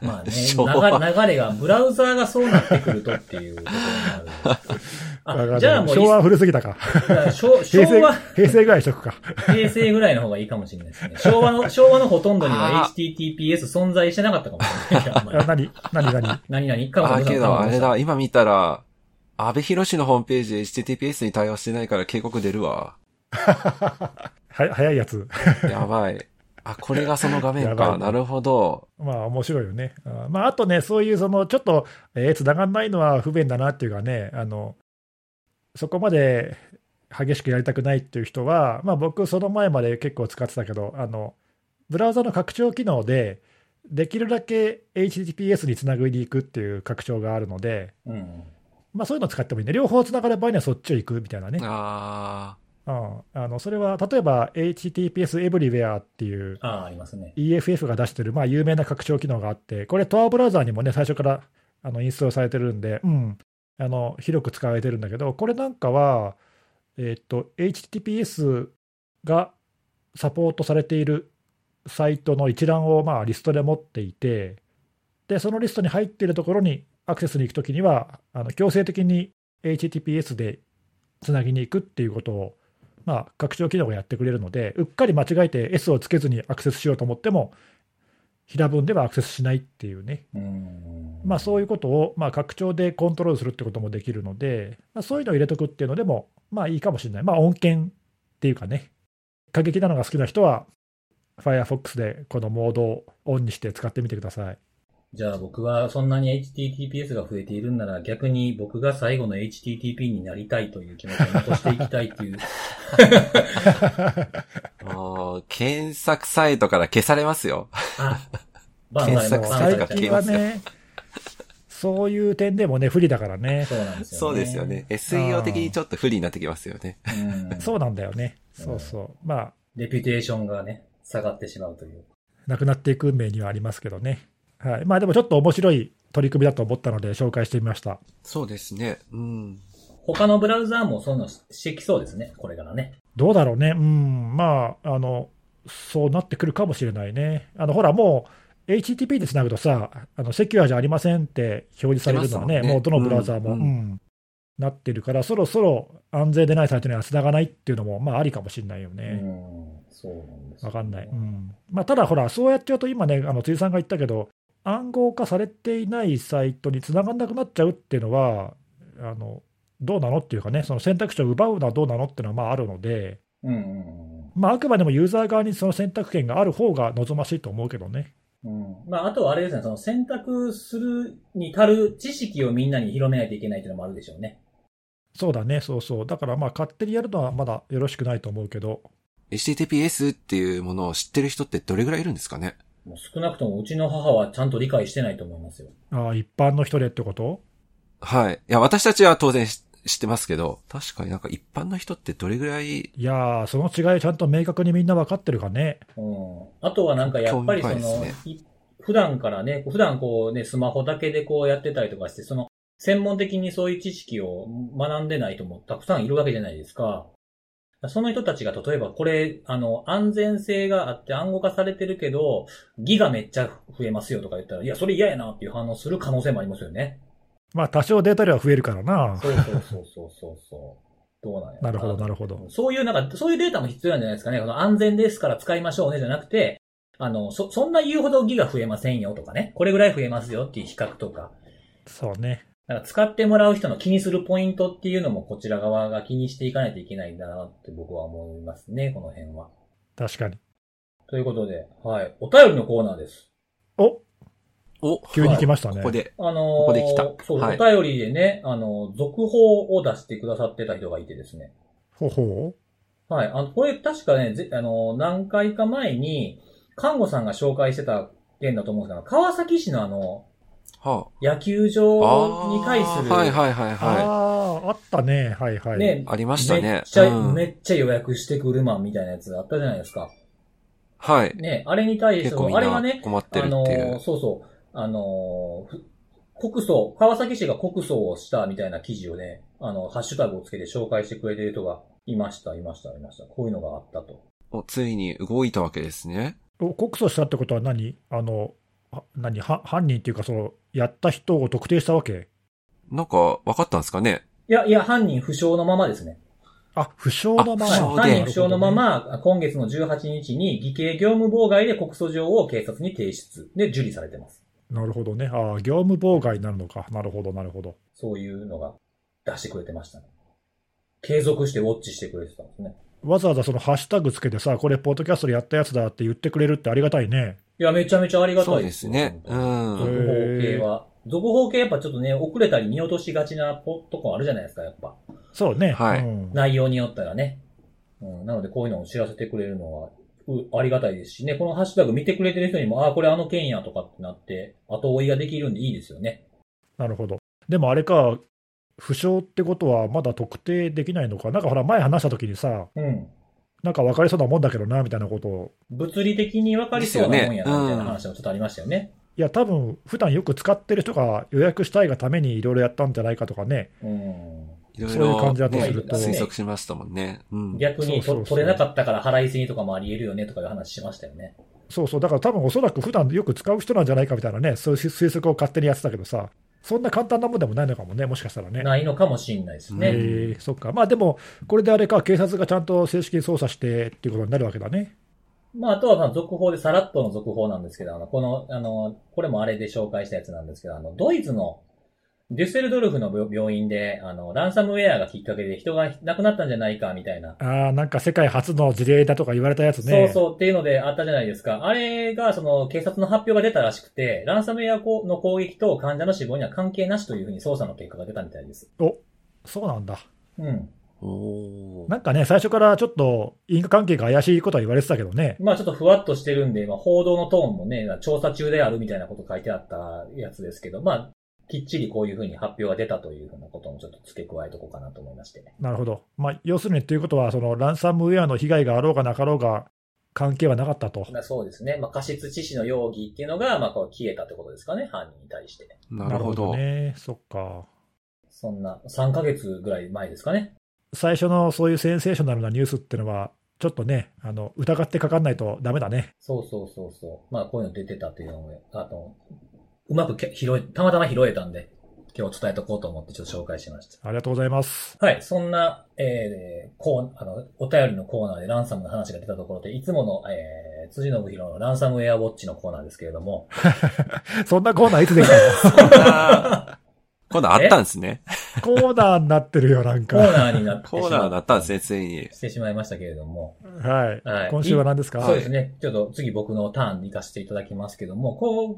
[SPEAKER 1] まあ ね、
[SPEAKER 2] 昭和
[SPEAKER 1] 流れ流れが、ブラウザーがそうなってくるとっていうところ
[SPEAKER 3] わ
[SPEAKER 1] になる。
[SPEAKER 3] かんな
[SPEAKER 1] あ、
[SPEAKER 3] い
[SPEAKER 1] じゃあもうい
[SPEAKER 3] 昭和は古すぎたか、
[SPEAKER 1] 昭昭
[SPEAKER 3] 平成
[SPEAKER 1] 和、
[SPEAKER 3] 平成ぐらいにしとくか。
[SPEAKER 1] 平成ぐらいの方がいいかもしれないですね。昭和 の、昭和のほとんどには
[SPEAKER 2] あ
[SPEAKER 1] HTTPS 存在してなかったかもし れないあんまり
[SPEAKER 3] あ。何、何、 何、
[SPEAKER 1] 何々かも
[SPEAKER 2] あ、
[SPEAKER 1] し
[SPEAKER 2] け
[SPEAKER 1] れない。
[SPEAKER 2] ど、あれだ、今見たら、安倍博士のホームページ HTTPS に対応してないから警告出るわ。
[SPEAKER 3] は早いやつ。
[SPEAKER 2] やばい。あ、これがその画面
[SPEAKER 3] やば
[SPEAKER 2] か。
[SPEAKER 3] い
[SPEAKER 2] なるほど。
[SPEAKER 3] まあ面白いよね。あーまあ、あとね、そういうそのちょっと、えー、つながんないのは不便だなっていうかね、あのそこまで激しくやりたくないっていう人は、まあ、僕、その前まで結構使ってたけど、あのブラウザの拡張機能で、できるだけ HTTPS につなぐに行くっていう拡張があるので、
[SPEAKER 1] うん。
[SPEAKER 3] まあ、そういうの使ってもいいね、両方つながる場合にはそっちを行くみたいなね、
[SPEAKER 2] あ
[SPEAKER 3] うん、あのそれは例えば HTTPS Everywhere っていう
[SPEAKER 1] ああ、ありますね。
[SPEAKER 3] EFF が出してる、まあ、有名な拡張機能があって、これ、トアブラウザーにもね、最初からあのインストールされてるんで、うん、あの広く使われてるんだけど、これなんかは、えっと、HTTPS がサポートされているサイトの一覧を、まあ、リストで持っていて、で、そのリストに入っているところにアクセスに行くときには、あの強制的に HTTPS でつなぎに行くっていうことを、まあ、拡張機能がやってくれるので、うっかり間違えて S をつけずにアクセスしようと思っても、平文ではアクセスしないっていうね、
[SPEAKER 1] うん。
[SPEAKER 3] まあ、そういうことを、まあ、拡張でコントロールするってこともできるので、まあ、そういうのを入れとくっていうのでも、まあいいかもしれない。まあ、音源っていうかね、過激なのが好きな人は、Firefox でこのモードをオンにして使ってみてください。
[SPEAKER 1] じゃあ僕はそんなに HTTPS が増えているんなら逆に僕が最後の HTTP になりたいという気持ちを残していきたいっていう。
[SPEAKER 2] ーもう検索サイトから消されますよ。
[SPEAKER 1] あ、バ
[SPEAKER 2] 検索
[SPEAKER 1] バンザイ
[SPEAKER 2] サイトが
[SPEAKER 3] 最
[SPEAKER 2] 消え
[SPEAKER 3] 近
[SPEAKER 2] ま
[SPEAKER 3] は
[SPEAKER 2] すよ
[SPEAKER 3] ね、そういう点でもね、不利だからね。
[SPEAKER 1] そうなんですよね。
[SPEAKER 2] そうですよね。。SEO 的にちょっと不利になってきますよね。
[SPEAKER 1] うん。
[SPEAKER 3] そうなんだよね。そうそう。まあ、
[SPEAKER 1] レピュテーションがね、下がってしまうという。
[SPEAKER 3] なくなっていく運命にはありますけどね。はい。まあでもちょっと面白い取り組みだと思ったので紹介してみました。
[SPEAKER 2] そうですね。うん。
[SPEAKER 1] 他のブラウザーもそういうのしてきそうですね。これからね。
[SPEAKER 3] どうだろうね。うん。まあ、あの、そうなってくるかもしれないね。あの、ほら、もう、HTTP でつなぐとさ、あの、セキュアじゃありませんって表示されるのはね、
[SPEAKER 2] 出ますもんね
[SPEAKER 3] もうどのブラウザーも、
[SPEAKER 2] うん
[SPEAKER 3] うんなってるから、そろそろ安全でないサイトにはつながないっていうのも、まあ、ありかもしれないよ
[SPEAKER 1] う
[SPEAKER 3] ね。
[SPEAKER 1] ん。そうなんですよ
[SPEAKER 3] わかんない。うん。まあ、ただほら、そうやっちゃうと、今ね、あの、辻さんが言ったけど、暗号化されていないサイトにつながんなくなっちゃうっていうのは、あの、どうなのっていうかね、その選択肢を奪うのはどうなのっていうのは、まあ、あるので、
[SPEAKER 1] うんうん
[SPEAKER 3] まあ、あくまでもユーザー側にその選択権がある方が望ましいと思うけどね。
[SPEAKER 1] うん。うん。まあ、あとはあれですね、その選択するに足る知識をみんなに広めないといけないというのもあるでしょうね。
[SPEAKER 3] そうだね、そうそう。だからまあ勝手にやるのはまだよろしくないと思うけど、
[SPEAKER 2] HTTPS っていうものを知ってる人ってどれぐらいいるんですかね
[SPEAKER 1] もう少なくともうちの母はちゃんと理解してないと思いますよ。
[SPEAKER 3] ああ、一般の人でってこと
[SPEAKER 2] はい。いや、私たちは当然し知ってますけど、確かになんか一般の人ってどれぐらい、
[SPEAKER 3] いやー、その違いちゃんと明確にみんな分かってるかね。
[SPEAKER 1] うん。あとはなんかやっぱりその、
[SPEAKER 2] 興味深いで
[SPEAKER 1] い普段からね、普段こうね、スマホだけでこうやってたりとかして、その、専門的にそういう知識を学んでない人もたくさんいるわけじゃないですか。その人たちが例えばこれ、あの、安全性があって暗号化されてるけど、ギガめっちゃ増えますよとか言ったら、いや、それ嫌やなっていう反応する可能性もありますよ ね。
[SPEAKER 3] まあ多少データ量は増えるからな。
[SPEAKER 1] そうそうそうそうそうそう。どうなんやろう
[SPEAKER 3] なるほど、なるほど。
[SPEAKER 1] そういう、なんか、そういうデータも必要なんじゃないですかね。この安全ですから使いましょうね、じゃなくて、あの、そ、そんな言うほどギガ増えませんよとかね。これぐらい増えますよっていう比較とか。
[SPEAKER 3] そうね。
[SPEAKER 1] なんか使ってもらう人の気にするポイントっていうのもこちら側が気にしていかないといけないんだなって僕は思いますね、この辺は。
[SPEAKER 3] 確かに。
[SPEAKER 1] ということで、はい。お便りのコーナーです。
[SPEAKER 3] お
[SPEAKER 2] お、
[SPEAKER 3] 急に来ましたね。
[SPEAKER 2] ここで。
[SPEAKER 1] あのー
[SPEAKER 2] ここで来た
[SPEAKER 1] そう、
[SPEAKER 2] はい
[SPEAKER 1] お便りでね、あの、続報を出してくださってた人がいてですね。
[SPEAKER 3] ほうほ。
[SPEAKER 1] はい。あの、これ確かね、ぜあの、何回か前に、看護さんが紹介してた件だと思うんですが、川崎市のあの、
[SPEAKER 2] は
[SPEAKER 1] 野球
[SPEAKER 2] あ。
[SPEAKER 1] 場に対
[SPEAKER 2] あ
[SPEAKER 1] す
[SPEAKER 2] ー
[SPEAKER 1] る、
[SPEAKER 2] はいはいはいうは
[SPEAKER 3] ああ、あったね。はいはい。
[SPEAKER 1] ね
[SPEAKER 2] い。、ありましたね。
[SPEAKER 1] めっちゃ、
[SPEAKER 2] うん
[SPEAKER 1] めっちゃ予約してくるマンみたいなやつがあったじゃないですか。
[SPEAKER 2] はい。
[SPEAKER 1] ね、あれに対して
[SPEAKER 2] 結構み
[SPEAKER 1] の、あれは
[SPEAKER 2] ん
[SPEAKER 1] ね
[SPEAKER 2] な、困ってる
[SPEAKER 1] あ
[SPEAKER 2] っ
[SPEAKER 1] の
[SPEAKER 2] てい
[SPEAKER 1] ー
[SPEAKER 2] う。
[SPEAKER 1] そうそう。あのーふ告訴、川崎市が告訴をしたみたいな記事をね、あの、ハッシュタグをつけて紹介してくれてる人がいました、いました、いました。こういうのがあったと。
[SPEAKER 2] おついに動いたわけですね。
[SPEAKER 3] お告訴したってことは何、あのは何は犯人っていうかその、やった人を特定したわけ
[SPEAKER 2] なんか、分かったんですかね
[SPEAKER 1] いや、いや、犯人不詳のままですね。
[SPEAKER 3] あ不詳のまま、
[SPEAKER 2] あ
[SPEAKER 1] はい
[SPEAKER 2] そうで
[SPEAKER 1] 犯人不詳
[SPEAKER 3] なるほどね
[SPEAKER 1] のまま、今月の18日に偽計業務妨害で告訴状を警察に提出。で、受理されてます。
[SPEAKER 3] なるほどね、ああ、業務妨害になるのか、なるほど、なるほど。
[SPEAKER 1] そういうのが出してくれてましたね。継続してウォッチしてくれてたんですね。
[SPEAKER 3] わざわざそのハッシュタグつけてさ、これ、ポッドキャストでやったやつだって言ってくれるってありがたいね。
[SPEAKER 1] いや、めちゃめちゃありが
[SPEAKER 2] そ
[SPEAKER 1] た
[SPEAKER 2] う
[SPEAKER 1] い
[SPEAKER 2] で
[SPEAKER 1] ですすよ
[SPEAKER 2] ね。う
[SPEAKER 1] 続
[SPEAKER 2] ん。
[SPEAKER 1] 報系は。続報系やっぱちょっとね、遅れたり見落としがちなポとこあるじゃないですか、やっぱ。
[SPEAKER 3] そうね、
[SPEAKER 2] はい
[SPEAKER 3] うん
[SPEAKER 1] 内容によったらね。うん、なのでこういうのを知らせてくれるのは、うありがたいですしね、このハッシュタグ見てくれてる人にも、ああ、これあの件やとかってなって、後追いができるんでいいですよね。
[SPEAKER 3] なるほど。でもあれか、不詳ってことはまだ特定できないのか、なんかほら、前話したときにさ、
[SPEAKER 1] うん。
[SPEAKER 3] なんか分かりそうなもんだけどなみたいなことを、
[SPEAKER 1] 物理的に分かりそうなもんや
[SPEAKER 2] ですよ
[SPEAKER 1] な、
[SPEAKER 2] ね
[SPEAKER 1] みたいな話もちょっとありましたよね。
[SPEAKER 3] いや、多分普段よく使ってる人が予約したいがためにいろいろやったんじゃないかとかね、
[SPEAKER 1] うん。
[SPEAKER 2] いろい
[SPEAKER 3] そういう
[SPEAKER 2] ろ
[SPEAKER 3] 感じだと
[SPEAKER 2] ね
[SPEAKER 1] すると
[SPEAKER 2] 推測しましたもんね。うん。
[SPEAKER 1] 逆に
[SPEAKER 3] そうそうそ
[SPEAKER 1] と
[SPEAKER 3] う
[SPEAKER 1] 取れなかったから払いすぎとかもあり得るよねとかいう話しましたよね。
[SPEAKER 3] そうそう、だから多分おそらく普段よく使う人なんじゃないかみたいなね、そういう推測を勝手にやってたけどさ、そんな簡単なもんでもないのかもね、もしかしたらね。
[SPEAKER 1] ないのかもしれないですね。
[SPEAKER 2] うん
[SPEAKER 3] えーそっか、まあでも、これであれか、警察がちゃんと正式に捜査してっていうことになるわけだね。
[SPEAKER 1] まあ、あとは、まあ、続報で、さらっとの続報なんですけど、あの、この、あの、これもあれで紹介したやつなんですけど、あの、ドイツの、デュッセルドルフの病病院で、あの、ランサムウェアがきっかけで人が亡くなったんじゃないか、みたいな。
[SPEAKER 3] あーなんか世界初の事例だとか言われたやつね。
[SPEAKER 1] そうそうっていうのであったじゃないですか。あれが、その、警察の発表が出たらしくて、ランサムウェアこうの攻撃と患者の死亡には関係なしというふうに捜査の結果が出たみたいです。
[SPEAKER 3] そうなんだ。
[SPEAKER 1] うん。
[SPEAKER 2] おー
[SPEAKER 3] なんかね、最初からちょっと因果関係が怪しいことは言われてたけどね。
[SPEAKER 1] まあちょっとふわっとしてるんで、まあ報道のトーンもね、調査中であるみたいなこと書いてあったやつですけど、まあきっちりこういうふうに発表が出たというふうなこともちょっと付け加えとこうかなと思いまして。
[SPEAKER 3] なるほど。まあ、要するにということは、そのランサムウェアの被害があろうがなかろうが、関係はなかったと。
[SPEAKER 1] まあそうですね。まあ過失致死の容疑っていうのが、まあこう消えたってことですかね、犯人に対して。
[SPEAKER 2] なるほど。
[SPEAKER 3] ね。そっか。
[SPEAKER 1] そんな、3ヶ月ぐらい前ですかね。
[SPEAKER 3] 最初のそういうセンセーショナルなニュースってのは、ちょっとね、あの疑ってかかんないとダメだね。
[SPEAKER 1] そうそうそうそう。まあこういうの出てたっていうのも、あの、うまくけ拾え、たまたま拾えたんで、今日伝えとこうと思ってちょっと紹介しました。
[SPEAKER 3] ありがとうございます。
[SPEAKER 1] はい、そんな、えー、こう、あの、お便りのコーナーでランサムの話が出たところで、いつもの、えー、辻信弘のランサムウェアウォッチのコーナーですけれども、
[SPEAKER 3] そんなコーナーいつできたの
[SPEAKER 2] あー 今度あったんですね。
[SPEAKER 3] コーナーになってるよ、なん
[SPEAKER 1] コ
[SPEAKER 3] か。
[SPEAKER 1] ーナーになってしま
[SPEAKER 2] コーナーだったんですね、ついに。
[SPEAKER 1] してしまいましたけれども、
[SPEAKER 3] はい。
[SPEAKER 1] はい
[SPEAKER 3] 今週は何ですか
[SPEAKER 1] そうですね、ちょっと次僕のターンに行かせていただきますけども、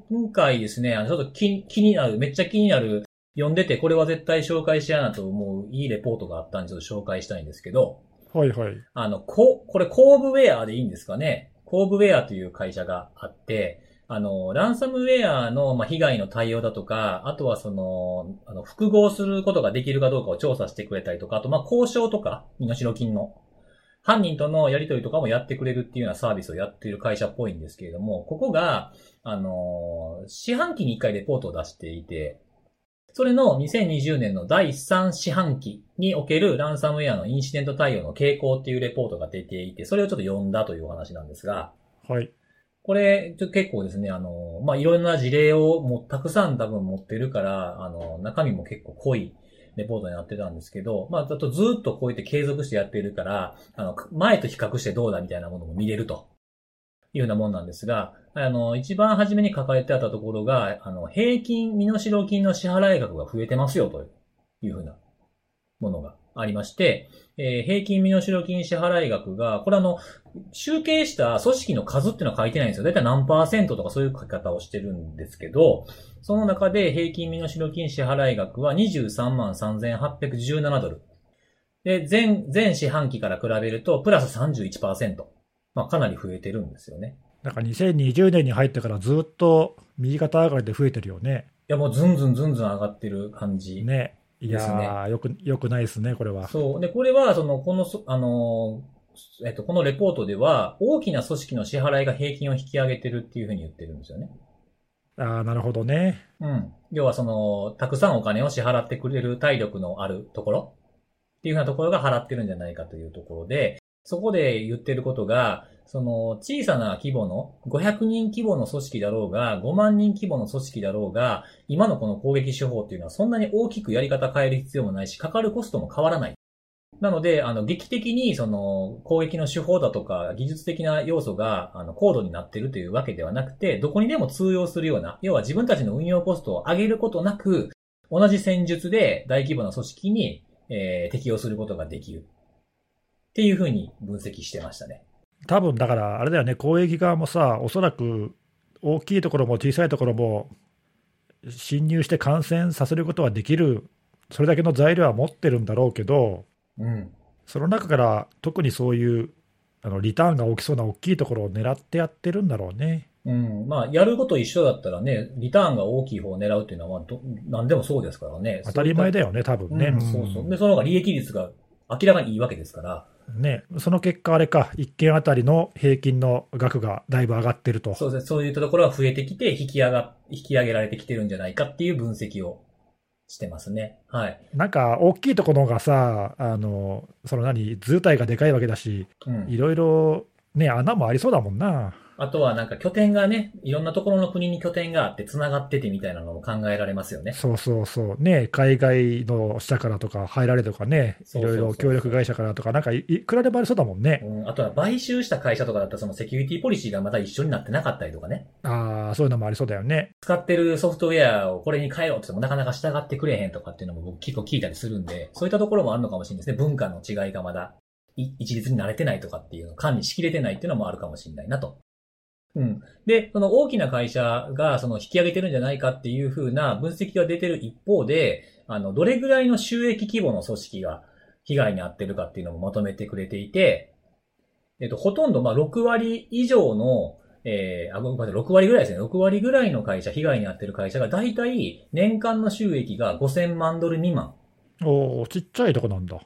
[SPEAKER 1] 今回ですね、あの、ちょっと気気になる、めっちゃ気になる、読んでて、これは絶対紹介しやなと思う、いいレポートがあったんで、ちょっと紹介したいんですけど、
[SPEAKER 3] はいはい。
[SPEAKER 1] あの、こ、これ、コーブウェアでいいんですかね。コーブウェアという会社があって、あの、ランサムウェアの、まあ、被害の対応だとか、あとはその、あの、複合することができるかどうかを調査してくれたりとか、あと、まあ、交渉とか、身代金の、犯人とのやり取りとかもやってくれるっていうようなサービスをやっている会社っぽいんですけれども、ここが、あの、四半期に一回レポートを出していて、それの2020年の第3四半期におけるランサムウェアのインシデント対応の傾向っていうレポートが出ていて、それをちょっと読んだというお話なんですが、
[SPEAKER 3] はい。
[SPEAKER 1] これ、ちょ結構ですね、あの、まあ、いろんな事例をもうたくさん多分持ってるから、あの、中身も結構濃いレポートになってたんですけど、まあ、ちょっとずっとこうやって継続してやってるから、あの、前と比較してどうだみたいなものも見れるというようなもんなんですが、あの、一番初めに書かれてあったところが、あの、平均身代金の支払い額が増えてますよというふうなものがありまして、えー平均身代金支払い額が、これあの、集計した組織の数っていうのは書いてないんですよ。だいたい何パーセントとかそういう書き方をしてるんですけど、その中で平均身代金支払い額は23万3817ドル。で、前、前四半期から比べると、プラス31%。まあ、かなり増えてるんですよね。
[SPEAKER 3] なんか2020年に入ってからずっと右肩上がりで増えてるよね。
[SPEAKER 1] いや、もうずんずんずんずん上がってる感じ。
[SPEAKER 3] ね。いや
[SPEAKER 1] です
[SPEAKER 3] ー、よく、よくないですね、これは。
[SPEAKER 1] そう。で、これは、その、このそ、あのーえっと、このレポートでは、大きな組織の支払いが平均を引き上げてるっていうふうに言ってるんですよね。
[SPEAKER 3] ああ、なるほどね。
[SPEAKER 1] うん。要はその、たくさんお金を支払ってくれる体力のあるところっていうふうなところが払ってるんじゃないかというところで、そこで言ってることが、その小さな規模の、500人規模の組織だろうが、5万人規模の組織だろうが、今のこの攻撃手法っていうのはそんなに大きくやり方変える必要もないし、かかるコストも変わらない。なので、あの、劇的に、その、攻撃の手法だとか、技術的な要素が、あの、高度になっているというわけではなくて、どこにでも通用するような、要は自分たちの運用コストを上げることなく、同じ戦術で大規模な組織に、えー適用することができる。っていうふうに分析してましたね。
[SPEAKER 3] 多分だから、あれだよね、公益側もさ、おそらく大きいところも小さいところも、侵入して感染させることはできる、それだけの材料は持ってるんだろうけど、
[SPEAKER 1] うん。
[SPEAKER 3] その中から特にそういうあのリターンが起きそうな大きいところを狙ってやってるんだろうね。
[SPEAKER 1] うん。まあ、やること一緒だったらね、リターンが大きい方を狙うっていうのは、まあど、何でもそうですからね。
[SPEAKER 3] 当たり前
[SPEAKER 1] で
[SPEAKER 3] だよね、多分ね。
[SPEAKER 1] うん、そうそう。で、その方が利益率が明らかにいいわけですから。
[SPEAKER 3] ね、その結果、あれか、1件あたりの平均の額がだいぶ上がってると。
[SPEAKER 1] そうですね。そういったところが増えてきて、引き上が、引き上げられてきてるんじゃないかっていう分析をしてますね。はい。
[SPEAKER 3] なんか、大きいところがさ、あのその何、図体がでかいわけだし、
[SPEAKER 1] う
[SPEAKER 3] い
[SPEAKER 1] ん。
[SPEAKER 3] ろいろ、ね、穴もありそうだもんな。
[SPEAKER 1] あとはなんか拠点がね、いろんなところの国に拠点があって繋がっててみたいなのも考えられますよね。
[SPEAKER 3] そうそうそう、ね、海外の下からとか、入られとかね、
[SPEAKER 1] そう
[SPEAKER 3] い
[SPEAKER 1] そうそ
[SPEAKER 3] ろ
[SPEAKER 1] う
[SPEAKER 3] いろ協力会社からとか、なんかい、いくらでもありそうだもんね。
[SPEAKER 1] うん。あとは買収した会社とかだったらそのセキュリティポリシーがまた一緒になってなかったりとかね。
[SPEAKER 3] ああ、そういうのもありそうだよね。
[SPEAKER 1] 使ってるソフトウェアをこれに変えろって言ってもなかなか従ってくれへんとかっていうのも僕結構聞いたりするんで、そういったところもあるのかもしれないですね。文化の違いがまだい一律に慣れてないとかっていうの、管理しきれてないっていうのもあるかもしれないなと。うん。で、その大きな会社がその引き上げてるんじゃないかっていうふうな分析が出てる一方で、あの、どれぐらいの収益規模の組織が被害に遭ってるかっていうのもまとめてくれていて、えっと、ほとんど、まあ、6割以上の、えー、あ、ごめんなさい、6割ぐらいですね。6割ぐらいの会社、被害に遭ってる会社が、だいたい年間の収益が5000万ドル未満。
[SPEAKER 3] おお、ちっちゃいとこなんだ。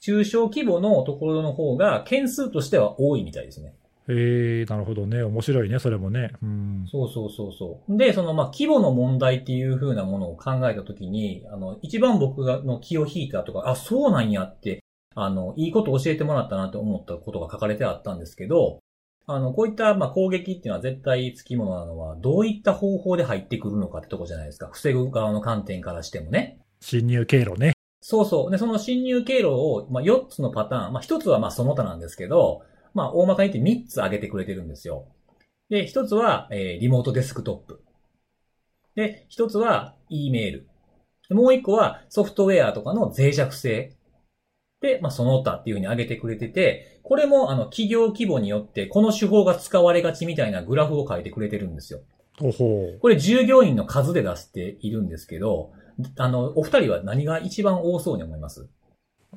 [SPEAKER 1] 中小規模のところの方が、件数としては多いみたいですね。
[SPEAKER 3] へえ、なるほどね。面白いね、それもね。うん。
[SPEAKER 1] そうそうそうそう。で、その、まあ、規模の問題っていう風なものを考えたときに、あの、一番僕がの気を引いたとか、あ、そうなんやって、あの、いいこと教えてもらったなって思ったことが書かれてあったんですけど、あの、こういった、まあ、攻撃っていうのは絶対付き物なのは、どういった方法で入ってくるのかってとこじゃないですか。防ぐ側の観点からしてもね。
[SPEAKER 3] 侵入経路ね。
[SPEAKER 1] そうそう。で、その侵入経路を、まあ、4つのパターン。まあ、1つはまあ、その他なんですけど、まあ、大まかに言って3つ挙げてくれてるんですよ。で、1つは、えーリモートデスクトップ。で、1つは、E メール。でもう1個は、ソフトウェアとかの脆弱性。で、まあ、その他っていうふうに挙げてくれてて、これも、あの、企業規模によって、この手法が使われがちみたいなグラフを書いてくれてるんですよ。
[SPEAKER 3] ほほ
[SPEAKER 1] これ従業員の数で出しているんですけど、あの、お二人は何が一番多そうに思います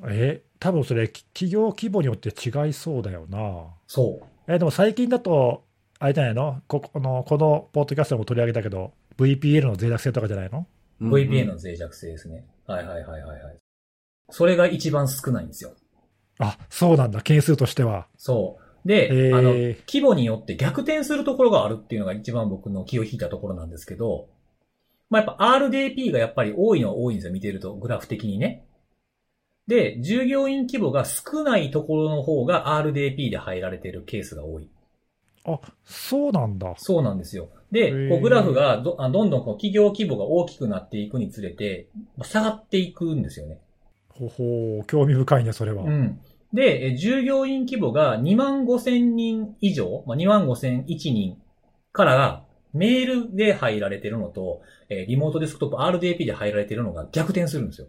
[SPEAKER 3] う。え、多分それ、き企業規模によって違いそうだよな。
[SPEAKER 1] そう。
[SPEAKER 3] え、でも最近だと、あれじゃないのここあのこのポッドキャストでも取り上げたけど、VPL の脆弱性とかじゃないの
[SPEAKER 1] VPN の脆弱性ですね。はいはいはいはいはい。それが一番少ないんですよ。
[SPEAKER 3] あ、そうなんだ、件数としては。
[SPEAKER 1] そう。で、
[SPEAKER 3] へー
[SPEAKER 1] あの、規模によって逆転するところがあるっていうのが一番僕の気を引いたところなんですけど、まあ、やっぱ RDP がやっぱり多いのは多いんですよ、見てると、グラフ的にね。で、従業員規模が少ないところの方が RDP で入られているケースが多い。
[SPEAKER 3] あ、そうなんだ。
[SPEAKER 1] そうなんですよ。
[SPEAKER 3] へ
[SPEAKER 1] で、
[SPEAKER 3] ー
[SPEAKER 1] こうグラフがどあどんどんこう企業規模が大きくなっていくにつれて、まあ下がっていくんですよね。
[SPEAKER 3] ほほう、興味深いね、それは。
[SPEAKER 1] うん。で、え従業員規模が2万5千人以上、まあ、2万5千1人からメールで入られてるのと、えーリモートデスクトップ RDP で入られてるのが逆転するんですよ。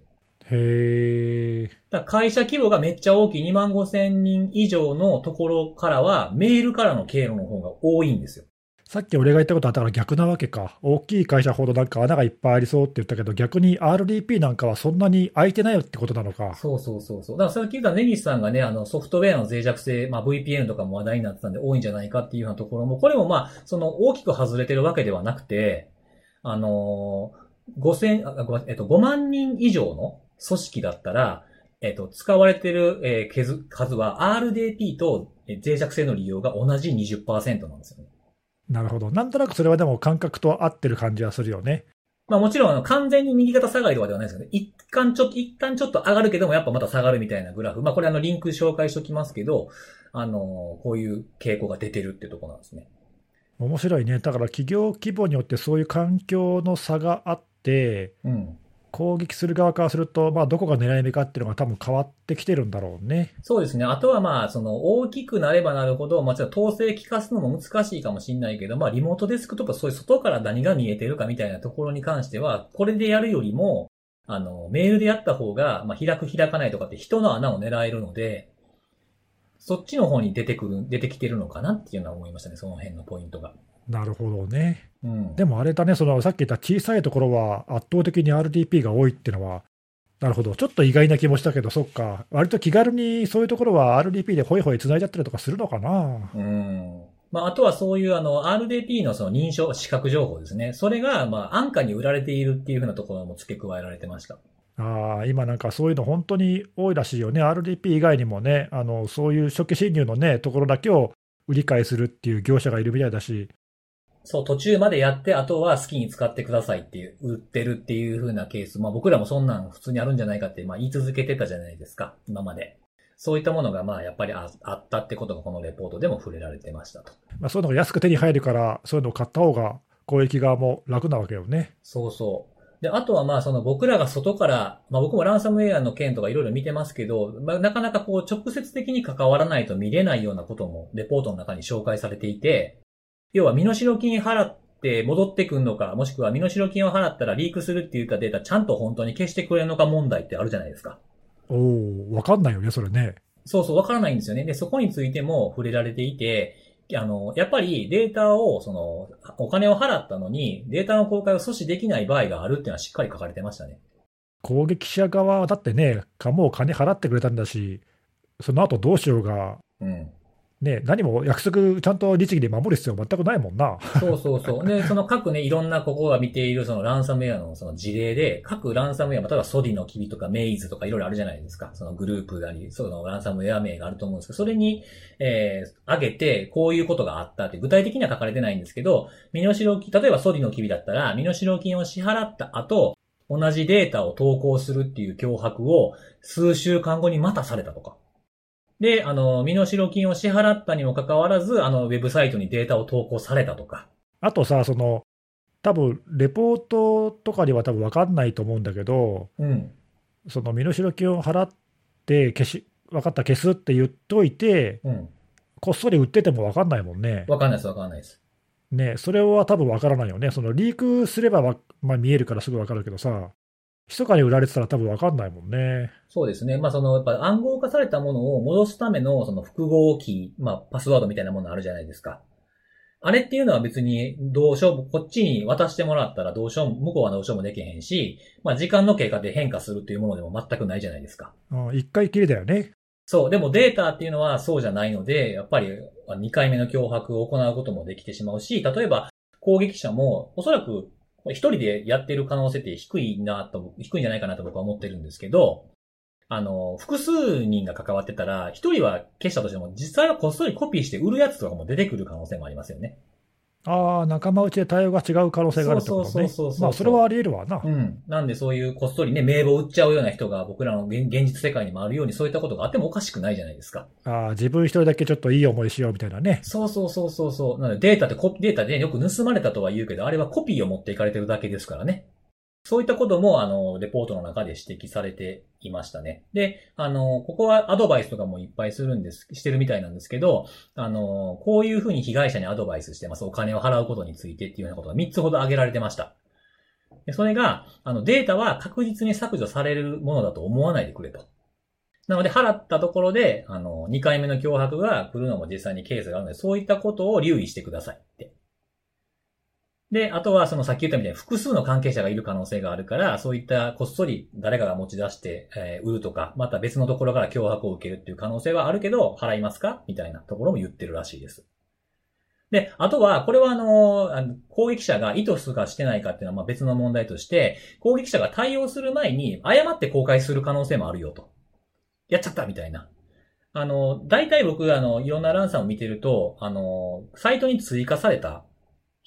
[SPEAKER 3] へえ、
[SPEAKER 1] だから会社規模がめっちゃ大きい2万5千人以上のところからは、メールからの経路の方が多いんですよ。
[SPEAKER 3] さっき俺が言ったことはだから逆なわけか。大きい会社ほどなんか穴がいっぱいありそうって言ったけど、逆に RDP なんかはそんなに空いてないよってことなのか。
[SPEAKER 1] そうそうそうそう。だからさっき言った根岸さんがね、あの、ソフトウェアの脆弱性、まあ VPN とかも話題になってたんで多いんじゃないかっていうようなところも、これもまあ、その大きく外れてるわけではなくて、あのー、5000、あごめんえっと、5万人以上の組織だったら、えっ、と、使われてる、えー数数は RDP とえー脆弱性の利用が同じ20%なんですよね。
[SPEAKER 3] なるほど。なんとなくそれはでも感覚と合ってる感じはするよね。
[SPEAKER 1] まあもちろんあの完全に右肩下がりとかではないですけど、一旦ちょっと、一旦ちょっと上がるけどもやっぱまた下がるみたいなグラフ。まあこれあのリンク紹介しておきますけど、あのーこういう傾向が出てるってとこなんですね。
[SPEAKER 3] 面白いね。だから企業規模によってそういう環境の差があって、
[SPEAKER 1] うん。
[SPEAKER 3] 攻撃する側からすると、まあ、どこが狙い目かっていうのが多分変わってきてるんだろうね。
[SPEAKER 1] そうですね。あとはまあ、その大きくなればなるほど、まあちょっと統制効かすのも難しいかもしれないけど、まあリモートデスクとかそういう外から何が見えてるかみたいなところに関しては、これでやるよりも、あの、メールでやった方が、まあ開く開かないとかって人の穴を狙えるので、そっちの方に出てくる、出てきてるのかなっていうのは思いましたね、その辺のポイントが。
[SPEAKER 3] なるほどね。
[SPEAKER 1] うん。
[SPEAKER 3] でもあれだね、そのさっき言った小さいところは圧倒的に RDP が多いっていうのは、なるほど。ちょっと意外な気もしたけど、そっか。割と気軽にそういうところは RDP でホイホイ繋いじゃったりとかするのかな。
[SPEAKER 1] うん。まあ、あとはそういうあの、RDP のその認証、視覚情報ですね。それが、まあ、安価に売られているっていうふうなところも付け加えられてました。
[SPEAKER 3] ああ、今なんかそういうの本当に多いらしいよね。RDP 以外にもね、あの、そういう初期侵入のね、ところだけを売り買いするっていう業者がいるみたいだし、
[SPEAKER 1] そう、途中までやって、あとは好きに使ってくださいっていう、売ってるっていう風なケース。まあ僕らもそんなん普通にあるんじゃないかって、まあ言い続けてたじゃないですか、今まで。そういったものが、まあやっぱりああったってことがこのレポートでも触れられてましたと。
[SPEAKER 3] まあ、そういうのが安く手に入るから、そういうのを買った方が攻撃側も楽なわけよね。
[SPEAKER 1] そうそう。で、あとはまあその僕らが外から、まあ僕もランサムウェアの件とかいろいろ見てますけど、まあなかなかこう直接的に関わらないと見れないようなこともレポートの中に紹介されていて、要は身代金払って戻ってくんのか、もしくは身代金を払ったらリークするって言ったデータちゃんと本当に消してくれるのか問題ってあるじゃないですか。
[SPEAKER 3] おお、わかんないよね、それね。
[SPEAKER 1] そうそう、わからないんですよね。で、そこについても触れられていて、あの、やっぱりデータを、その、お金を払ったのに、データの公開を阻止できない場合があるっていうのはしっかり書かれてましたね。
[SPEAKER 3] 攻撃者側はだってね、かもう金払ってくれたんだし、その後どうしようが、
[SPEAKER 1] うん。
[SPEAKER 3] ね、何も約束、ちゃんと律儀で守る必要全くないもんな。
[SPEAKER 1] そうそうそう。で、その各ね、いろんなここが見ているそのランサムウェアのその事例で、各ランサムウェア、例えばソディのキビとかメイズとかいろいろあるじゃないですか。そのグループがあり、そのランサムウェア名があると思うんですけど、それに、えー、挙げて、こういうことがあったって、具体的には書かれてないんですけど、身代金、例えばソディのキビだったら、身代金を支払った後、同じデータを投稿するっていう脅迫を数週間後にまたされたとか。で、あの、身代金を支払ったにもかかわらず、あの、ウェブサイトにデータを投稿されたとか。
[SPEAKER 3] あとさ、その、多分レポートとかには多分わかんないと思うんだけど、
[SPEAKER 1] うん。
[SPEAKER 3] その身代金を払って消し、分かった、消すって言っといて、
[SPEAKER 1] うん。
[SPEAKER 3] こっそり売っててもわかんないもんね。
[SPEAKER 1] わかんないです、わかんないです。
[SPEAKER 3] ね、それは多分わからないよね。そのリークすればわ、まあ、見えるからすぐわかるけどさ、密かに売られてたら多分わかんないもんね。
[SPEAKER 1] そうですね。まあ、その、やっぱ暗号化されたものを戻すための、その複合キー、まあ、パスワードみたいなものあるじゃないですか。あれっていうのは別に、どうしようも、こっちに渡してもらったらどうしようも、向こうはどうしようもできへんし、まあ、時間の経過で変化するというものでも全くないじゃないですか。
[SPEAKER 3] うん、一回きりだよね。
[SPEAKER 1] そう。でもデータっていうのはそうじゃないので、やっぱり2回目の脅迫を行うこともできてしまうし、例えば攻撃者もおそらく一人でやってる可能性って低いなと、低いんじゃないかなと僕は思ってるんですけど、あの、複数人が関わってたら、一人は消したとしても、実際はこっそりコピーして売るやつとかも出てくる可能性もありますよね。
[SPEAKER 3] ああ、仲間内で対応が違う可能性があるってこと
[SPEAKER 1] そうそう
[SPEAKER 3] ね
[SPEAKER 1] そうそう。そう
[SPEAKER 3] まあ、それはあり得るわな
[SPEAKER 1] う。ん。なんでそういうこっそりね、名簿を売っちゃうような人が僕らの現現実世界にもあるように、そういったことがあってもおかしくないじゃないですか。
[SPEAKER 3] ああ、自分一人だけちょっといい思いしようみたいなね。
[SPEAKER 1] そうそうそうそうそう。なのでデータってコピ、データでよく盗まれたとは言うけど、あれはコピーを持っていかれてるだけですからね。そういったことも、あの、レポートの中で指摘されていましたね。で、あの、ここはアドバイスとかもいっぱいするんです、してるみたいなんですけど、あの、こういうふうに被害者にアドバイスしてます。お金を払うことについてっていうようなことが3つほど挙げられてました。でそれが、あの、データは確実に削除されるものだと思わないでくれと。なので、払ったところで、あの、2回目の脅迫が来るのも実際にケースがあるので、そういったことを留意してくださいって。で、あとは、そのさっき言ったみたいに複数の関係者がいる可能性があるから、そういったこっそり誰かが持ち出して、えー売るとか、また別のところから脅迫を受けるっていう可能性はあるけど、払いますかみたいなところも言ってるらしいです。で、あとは、これはあの、あの攻撃者が意図するかしてないかっていうのはまあ別の問題として、攻撃者が対応する前に誤って公開する可能性もあるよと。やっちゃったみたいな。あの、大体僕、あの、いろんなランさんを見てると、あの、サイトに追加された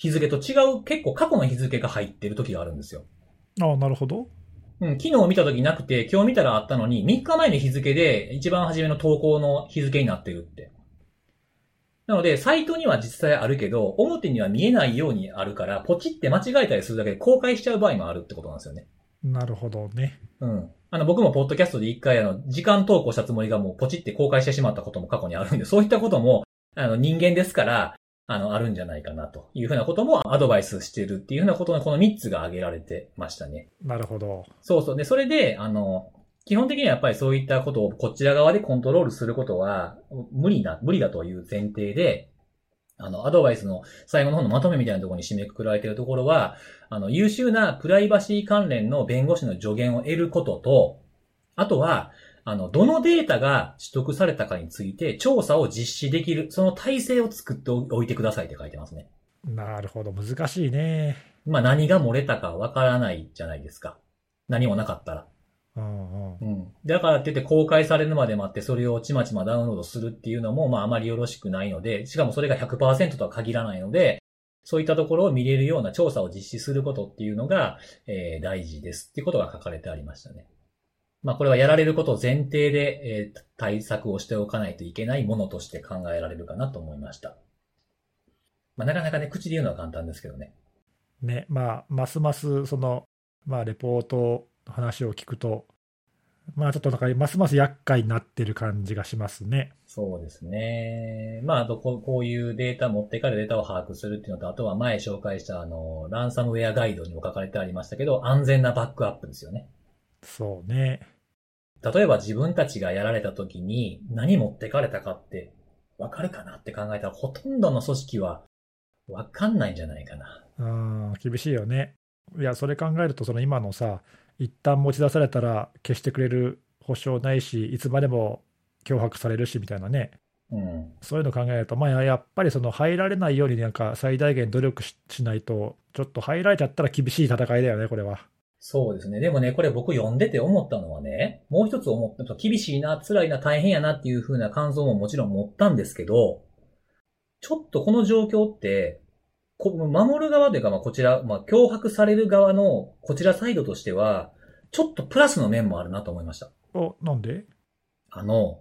[SPEAKER 1] 日付と違う、結構過去の日付が入ってる時があるんですよ。
[SPEAKER 3] ああ、なるほど。
[SPEAKER 1] うん、昨日見た時なくて、今日見たらあったのに、3日前の日付で、一番初めの投稿の日付になってるって。なので、サイトには実際あるけど、表には見えないようにあるから、ポチって間違えたりするだけで公開しちゃう場合もあるってことなんですよね。
[SPEAKER 3] なるほどね。
[SPEAKER 1] うん。あの、僕もポッドキャストで一回、あの、時間投稿したつもりがもうポチって公開してしまったことも過去にあるんで、 そういったことも、あの、人間ですから、あの、あるんじゃないかなというふうなこともアドバイスしてるっていうふうなことのこの3つが挙げられてましたね。
[SPEAKER 3] なるほど。
[SPEAKER 1] そうそう。で、それで、あの、基本的にはやっぱりそういったことをこちら側でコントロールすることは無理な、無理だという前提で、あの、アドバイスの最後の方のまとめみたいなところに締めくくられているところは、あの、優秀なプライバシー関連の弁護士の助言を得ることと、あとは、あの、どのデータが取得されたかについて調査を実施できる、その体制を作っておいてくださいって書いてますね。
[SPEAKER 3] なるほど。難しいね。
[SPEAKER 1] まあ何が漏れたかわからないじゃないですか。何もなかったら。
[SPEAKER 3] うんうん。
[SPEAKER 1] うん。だからって言って公開されるまで待ってそれをちまちまダウンロードするっていうのも、まああまりよろしくないので、しかもそれが100%とは限らないので、そういったところを見れるような調査を実施することっていうのが、えー大事ですっていうことが書かれてありましたね。まあこれはやられることを前提で、えー対策をしておかないといけないものとして考えられるかなと思いました。まあなかなかね、口で言うのは簡単ですけどね。
[SPEAKER 3] ね、まあ、ますます、その、まあ、レポートの話を聞くと、まあ、ちょっとなんか、ますます厄介になってる感じがしますね。
[SPEAKER 1] そうですね。まあ、あとこう、こういうデータ持ってからデータを把握するっていうのと、あとは前紹介した、あの、ランサムウェアガイドにも書かれてありましたけど、安全なバックアップですよね。
[SPEAKER 3] そうね。
[SPEAKER 1] 例えば自分たちがやられた時に何持ってかれたかって、わかるかなって考えたら、ほとんどの組織はわかんないんじゃないかな。
[SPEAKER 3] うん、厳しいよね。いや、それ考えると、その今のさ、一旦持ち出されたら消してくれる保証ないし、いつまでも脅迫されるしみたいなね、
[SPEAKER 1] うん。
[SPEAKER 3] そういうの考えると、まあ、やっぱりその入られないように、なんか最大限努力ししないと、ちょっと入られちゃったら厳しい戦いだよね、これは。
[SPEAKER 1] そうですね。でもね、これ僕読んでて思ったのはね、もう一つ思った、厳しいな、辛いな、大変やなっていう風な感想ももちろん持ったんですけど、ちょっとこの状況って、こ守る側というか、まあ、こちら、まあ、脅迫される側のこちらサイドとしては、ちょっとプラスの面もあるなと思いました。
[SPEAKER 3] お、なんで
[SPEAKER 1] あの、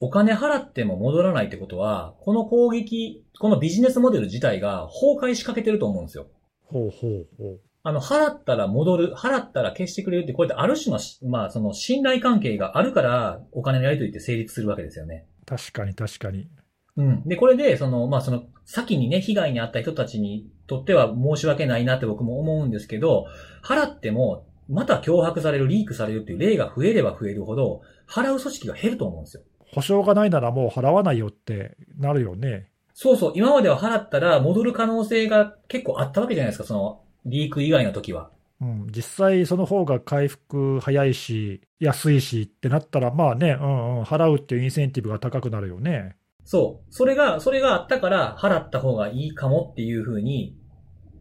[SPEAKER 1] お金払っても戻らないってことは、この攻撃、このビジネスモデル自体が崩壊しかけてると思うんですよ。
[SPEAKER 3] ほうほうほ
[SPEAKER 1] あの、払ったら戻る、払ったら消してくれるって、こうやってある種のし、まあ、その信頼関係があるから、お金のやり取りって成立するわけですよね。
[SPEAKER 3] う。確かに確かに。
[SPEAKER 1] うん。で、これで、その、まあ、その、先にね、被害に遭った人たちにとっては申し訳ないなって僕も思うんですけど、払っても、また脅迫される、リークされるっていう例が増えれば増えるほど、払う組織が減ると思うんですよ。
[SPEAKER 3] 保証がないならもう払わないよってなるよね。
[SPEAKER 1] そうそう、今までは払ったら戻る可能性が結構あったわけじゃないですか、その、リーク以外の時は。
[SPEAKER 3] うん、実際その方が回復早いし、安いしってなったら、まあね、うんうん、払うっていうインセンティブが高くなるよね。
[SPEAKER 1] そう。それが、それがあったから払った方がいいかもっていう風に、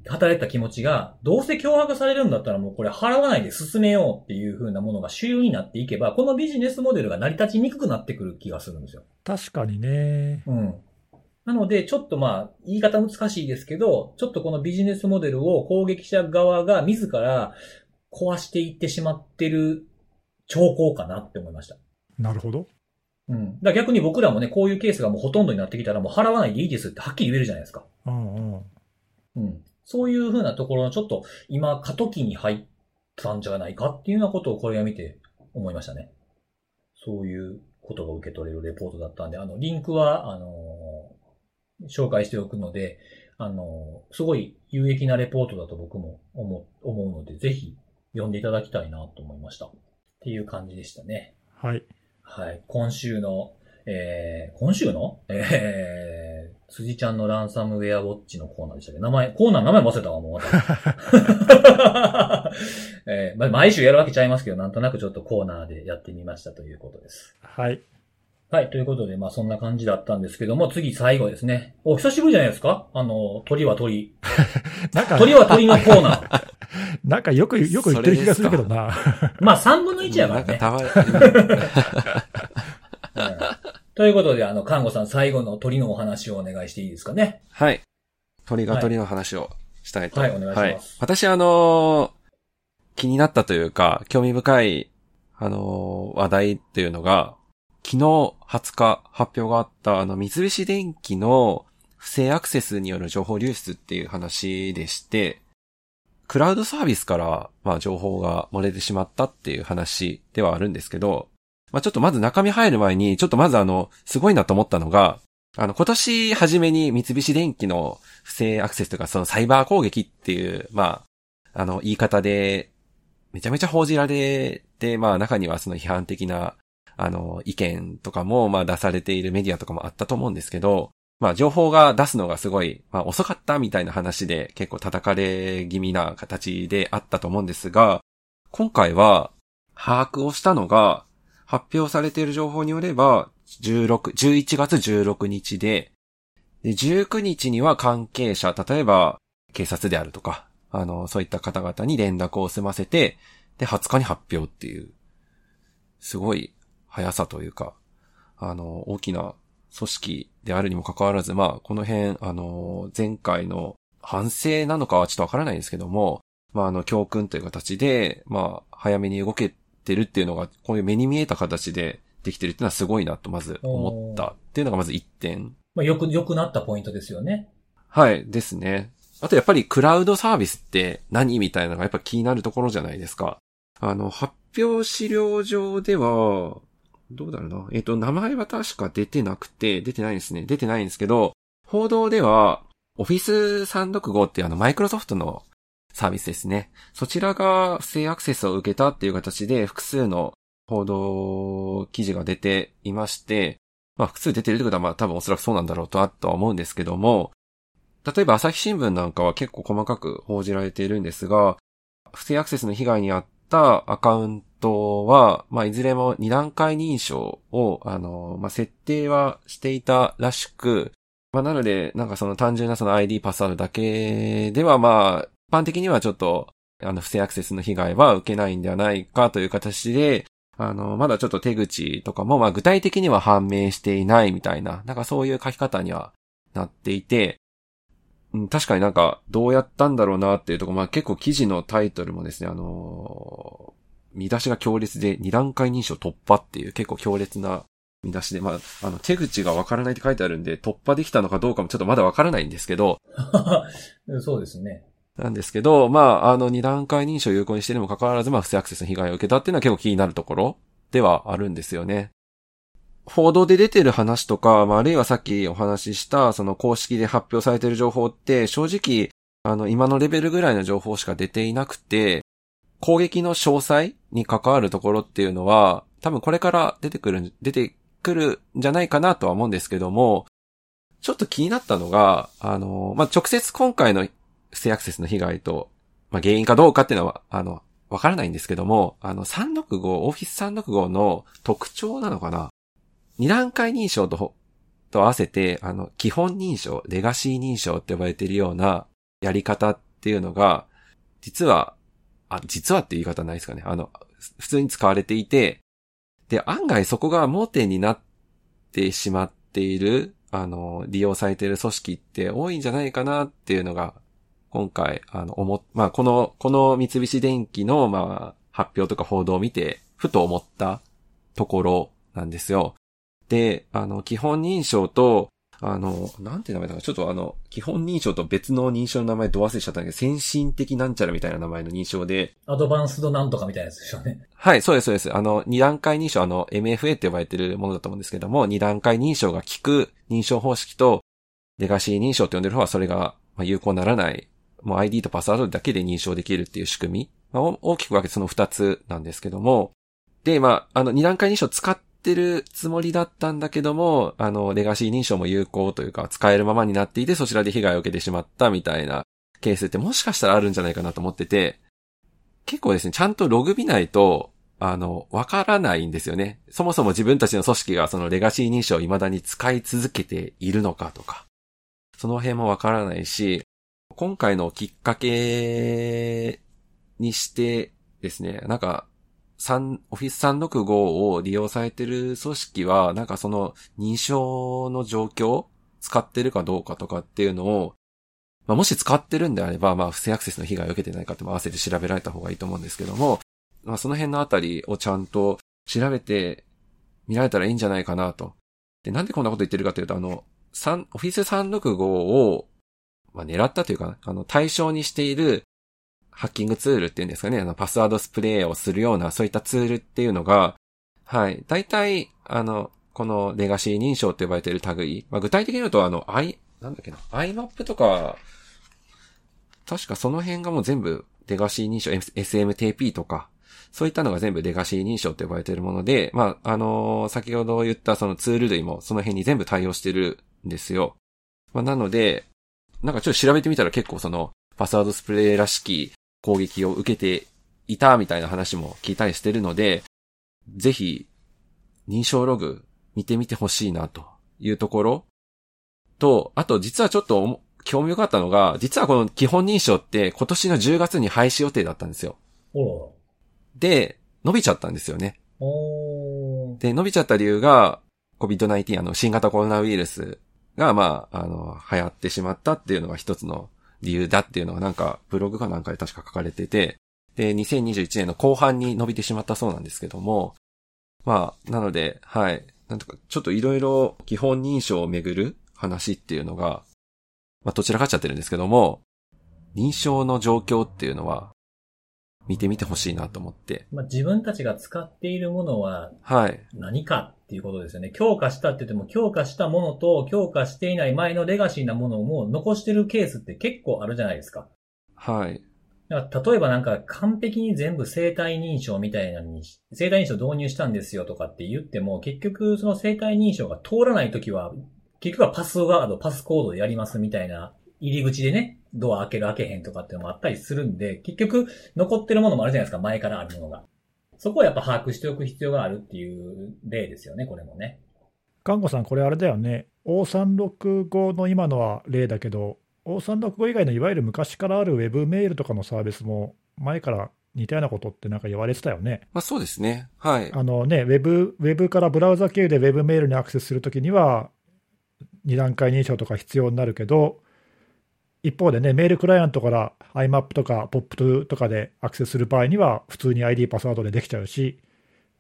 [SPEAKER 1] 働いた気持ちが、どうせ脅迫されるんだったらもうこれ払わないで進めようっていう風なものが主流になっていけば、このビジネスモデルが成り立ちにくくなってくる気がするんですよ。
[SPEAKER 3] 確かにね。
[SPEAKER 1] うん。なので、ちょっとまあ、言い方難しいですけど、ちょっとこのビジネスモデルを攻撃者側が自ら壊していってしまってる兆候かなって思いました。
[SPEAKER 3] なるほど。
[SPEAKER 1] うん。だから逆に僕らもね、こういうケースがもうほとんどになってきたらもう払わないでいいですってはっきり言えるじゃないですか。
[SPEAKER 3] うんうん。
[SPEAKER 1] うん。そういうふうなところのちょっと今過渡期に入ったんじゃないかっていうようなことをこれを見て思いましたね。そういうことが受け取れるレポートだったんで、あの、リンクは、あのー紹介しておくので、あのーすごい有益なレポートだと僕も思う思うので、ぜひ読んでいただきたいなと思いました。っていう感じでしたね。
[SPEAKER 3] はい。
[SPEAKER 1] はい。今週の、えー、今週のえー、辻ちゃんのランサムウェアウォッチのコーナーでしたっけど、名前、コーナーの名前忘れた わ、もうまた。えーま毎週やるわけちゃいますけど、なんとなくちょっとコーナーでやってみましたということです。
[SPEAKER 3] はい。
[SPEAKER 1] はい。ということで、まあそんな感じだったんですけども、次最後ですね。お、久しぶりじゃないですかあの、鳥は鳥。
[SPEAKER 3] なんか、
[SPEAKER 1] 鳥は鳥のコーナ ー。
[SPEAKER 3] なんかよく、よく言ってる気がするけどな。
[SPEAKER 1] まあ3分の1やから
[SPEAKER 2] なんか
[SPEAKER 1] ね。
[SPEAKER 2] たま、
[SPEAKER 1] ということで、あの、看護さん最後の鳥のお話をお願いしていいですかね。
[SPEAKER 2] はい。鳥が鳥の話をしたいと。
[SPEAKER 1] はいはいお願いします
[SPEAKER 2] 私、あのー気になったというか、興味深い、あのー話題っていうのが、昨日20日発表があった、あの、三菱電機の不正アクセスによる情報流出っていう話でして、クラウドサービスから、まあ、情報が漏れてしまったっていう話ではあるんですけど、まあ、ちょっとまず中身入る前に、ちょっとまずあの、すごいなと思ったのが、あの、今年初めに三菱電機の不正アクセスとか、そのサイバー攻撃っていう、まあ、あの、言い方で、めちゃめちゃ報じられて、まあ、中にはその批判的な、あの、意見とかも、まあ、出されているメディアとかもあったと思うんですけど、まあ、情報が出すのがすごい、まあ、遅かったみたいな話で、結構叩かれ気味な形であったと思うんですが、今回は、把握をしたのが、発表されている情報によれば、16、11月16日で、で、19日には関係者、例えば警察であるとか、あの、そういった方々に連絡を済ませて、で、20日に発表っていう、すごい速さというか、あの、大きな組織であるにもかかわらず、まあ、この辺、あの、前回の反省なのかはちょっとわからないんですけども、まあ、あの、教訓という形で、まあ、早めに動けてるっていうのが、こういう目に見えた形でできてるっていうのはすごいなと、まず思ったっていうのがまず1点
[SPEAKER 1] まあ、よく、良くなったポイントですよね。
[SPEAKER 2] はい、ですね。あとやっぱりクラウドサービスって何みたいなのがやっぱ気になるところじゃないですか。あの、発表資料上では、どうだろうな。えっ、と、名前は確か出てなくて、出てないですね。出てないんですけど、報道では、オフィス365っていうあの、マイクロソフトのサービスですね。そちらが不正アクセスを受けたっていう形で、複数の報道記事が出ていまして、まあ、複数出てるってことは、まあ、多分おそらくそうなんだろうとは、とは思うんですけども、例えば朝日新聞なんかは結構細かく報じられているんですが、不正アクセスの被害に遭ったアカウントは、まあ、いずれも二段階認証を、あの、まあ、設定はしていたらしく、まあ、なので、なんかその単純なその ID パスワードだけでは、まあ、一般的にはちょっと、あの、不正アクセスの被害は受けないんではないかという形で、あの、まだちょっと手口とかも、まあ、具体的には判明していないみたいな、なんかそういう書き方にはなっていて、うん、確かになんか、どうやったんだろうなっていうところ、まあ結構記事のタイトルもですね、あのー見出しが強烈で2段階認証突破っていう結構強烈な見出しで、まあ、あの、手口がわからないって書いてあるんで、突破できたのかどうかもちょっとまだわからないんですけど、
[SPEAKER 1] そうですね。
[SPEAKER 2] なんですけど、まあ、あの、二段階認証を有効にしているにもかかわらず、まあ、不正アクセスの被害を受けたっていうのは結構気になるところではあるんですよね。報道で出てる話とか、まあ、あるいはさっきお話しした、その公式で発表されてる情報って、正直、あの、今のレベルぐらいの情報しか出ていなくて、攻撃の詳細に関わるところっていうのは、多分これから出てくるん、出てくるんじゃないかなとは思うんですけども、ちょっと気になったのが、あの、まあ、直接今回の不正アクセスの被害と、まあ、原因かどうかっていうのは、あの、わからないんですけども、あの、365、オフィス365の特徴なのかな二段階認証とほ、と合わせて、あの、基本認証、レガシー認証って呼ばれているようなやり方っていうのが、実は、あ、実はっていう言い方ないですかね。あの、普通に使われていて、で、案外そこが盲点になってしまっている、あの、利用されている組織って多いんじゃないかなっていうのが今回、あの、思っ、まあ、この、この三菱電機の、まあ、発表とか報道を見て、ふと思ったところなんですよ。で、あの、基本認証と、あの、なんて名前だか、ちょっとあの、基本認証と別の認証の名前ど忘れしちゃったんだけど、先進的なんちゃらみたいな名前の認証で、
[SPEAKER 1] アドバンスドなんとかみたいなやつでしょうね。
[SPEAKER 2] はい、そうです、そうです。あの、二段階認証、あの、MFA って呼ばれてるものだと思うんですけども、二段階認証が効く認証方式と、レガシー認証って呼んでる方はそれがまあ有効にならない、もう ID とパスワードだけで認証できるっていう仕組み、まあお大きく分けてその二つなんですけども、で、まあ、あの、二段階認証使ってるつもりだったんだけども、あの、レガシー認証も有効というか、使えるままになっていて、そちらで被害を受けてしまったみたいなケースってもしかしたらあるんじゃないかなと思ってて、結構ですね、ちゃんとログ見ないと、あの、わからないんですよね。そもそも自分たちの組織がそのレガシー認証を未だに使い続けているのかとか、その辺もわからないし、今回のきっかけにしてですね、なんか、 3、オフィス365を利用されてる組織は、なんかその認証の状況、使ってるかどうかとかっていうのを、まあ、もし使ってるんであれば、まあ、不正アクセスの被害を受けてないかっても合わせて調べられた方がいいと思うんですけども、まあ、その辺のあたりをちゃんと調べて見られたらいいんじゃないかなと。で、なんでこんなこと言ってるかというと、あの、三オフィス365を、まあ、狙ったというか、あの、対象にしているハッキングツールっていうんですかね、あの、パスワードスプレーをするような、そういったツールっていうのが、はい、大体、あの、このレガシー認証って呼ばれている類、まあ、具体的に言うと、あの、I、なんだっけな、IMAP とか、確かその辺がもう全部レガシー認証、S- SMTP とか、そういったのが全部レガシー認証って呼ばれているもので、まあ、あのー先ほど言ったそのツール類もその辺に全部対応してるんですよ。まあ、なので、なんかちょっと調べてみたら結構その、パスワードスプレーらしき攻撃を受けていたみたいな話も聞いたりしてるので、ぜひ、認証ログ見てみてほしいなというところと、あと実はちょっとおも興味深かったのが、実はこの基本認証って今年の10月に廃止予定だったんですよ。
[SPEAKER 1] お
[SPEAKER 2] で、伸びちゃったんですよね。
[SPEAKER 1] ら。おー。
[SPEAKER 2] で、伸びちゃった理由が、COVID-19、あの、新型コロナウイルスが、まあ、あの、流行ってしまったっていうのが一つの理由だっていうのがなんか、ブログかなんかで確か書かれてて、で、2021年の後半に伸びてしまったそうなんですけども、まあ、なので、はい、なんとか、ちょっといろいろ基本認証をめぐる話っていうのが、まあ、どちらかっちゃってるんですけども、認証の状況っていうのは、見てみてほしいなと思って、
[SPEAKER 1] まあ、自分たちが使っているものは
[SPEAKER 2] はい、
[SPEAKER 1] 何かっていうことですよね。強化したって言っても、強化したものと強化していない前のレガシーなものをもう残してるケースって結構あるじゃないですか。
[SPEAKER 2] はい、
[SPEAKER 1] だから例えばなんか完璧に全部生体認証みたいなのに、生体認証導入したんですよとかって言っても、結局その生体認証が通らないときは、結局はパスワード、パスコードでやりますみたいな入り口でね、ドア開ける開けへんとかっていうのもあったりするんで、結局残ってるものもあるじゃないですか、前からあるものが。そこをやっぱ把握しておく必要があるっていう例ですよね、これもね。
[SPEAKER 3] 看護さん、これあれだよね、O365 の今のは例だけど、O365 以外のいわゆる昔からあるウェブメールとかのサービスも、前から似たようなことってなんか言われてたよね。
[SPEAKER 2] まあそうですね。はい。
[SPEAKER 3] あのね、ウェブ、ウェブからブラウザ経由でウェブメールにアクセスするときには、2段階認証とか必要になるけど、一方でね、メールクライアントから IMAP とか POP2 とかでアクセスする場合には、普通に ID、パスワードでできちゃうし、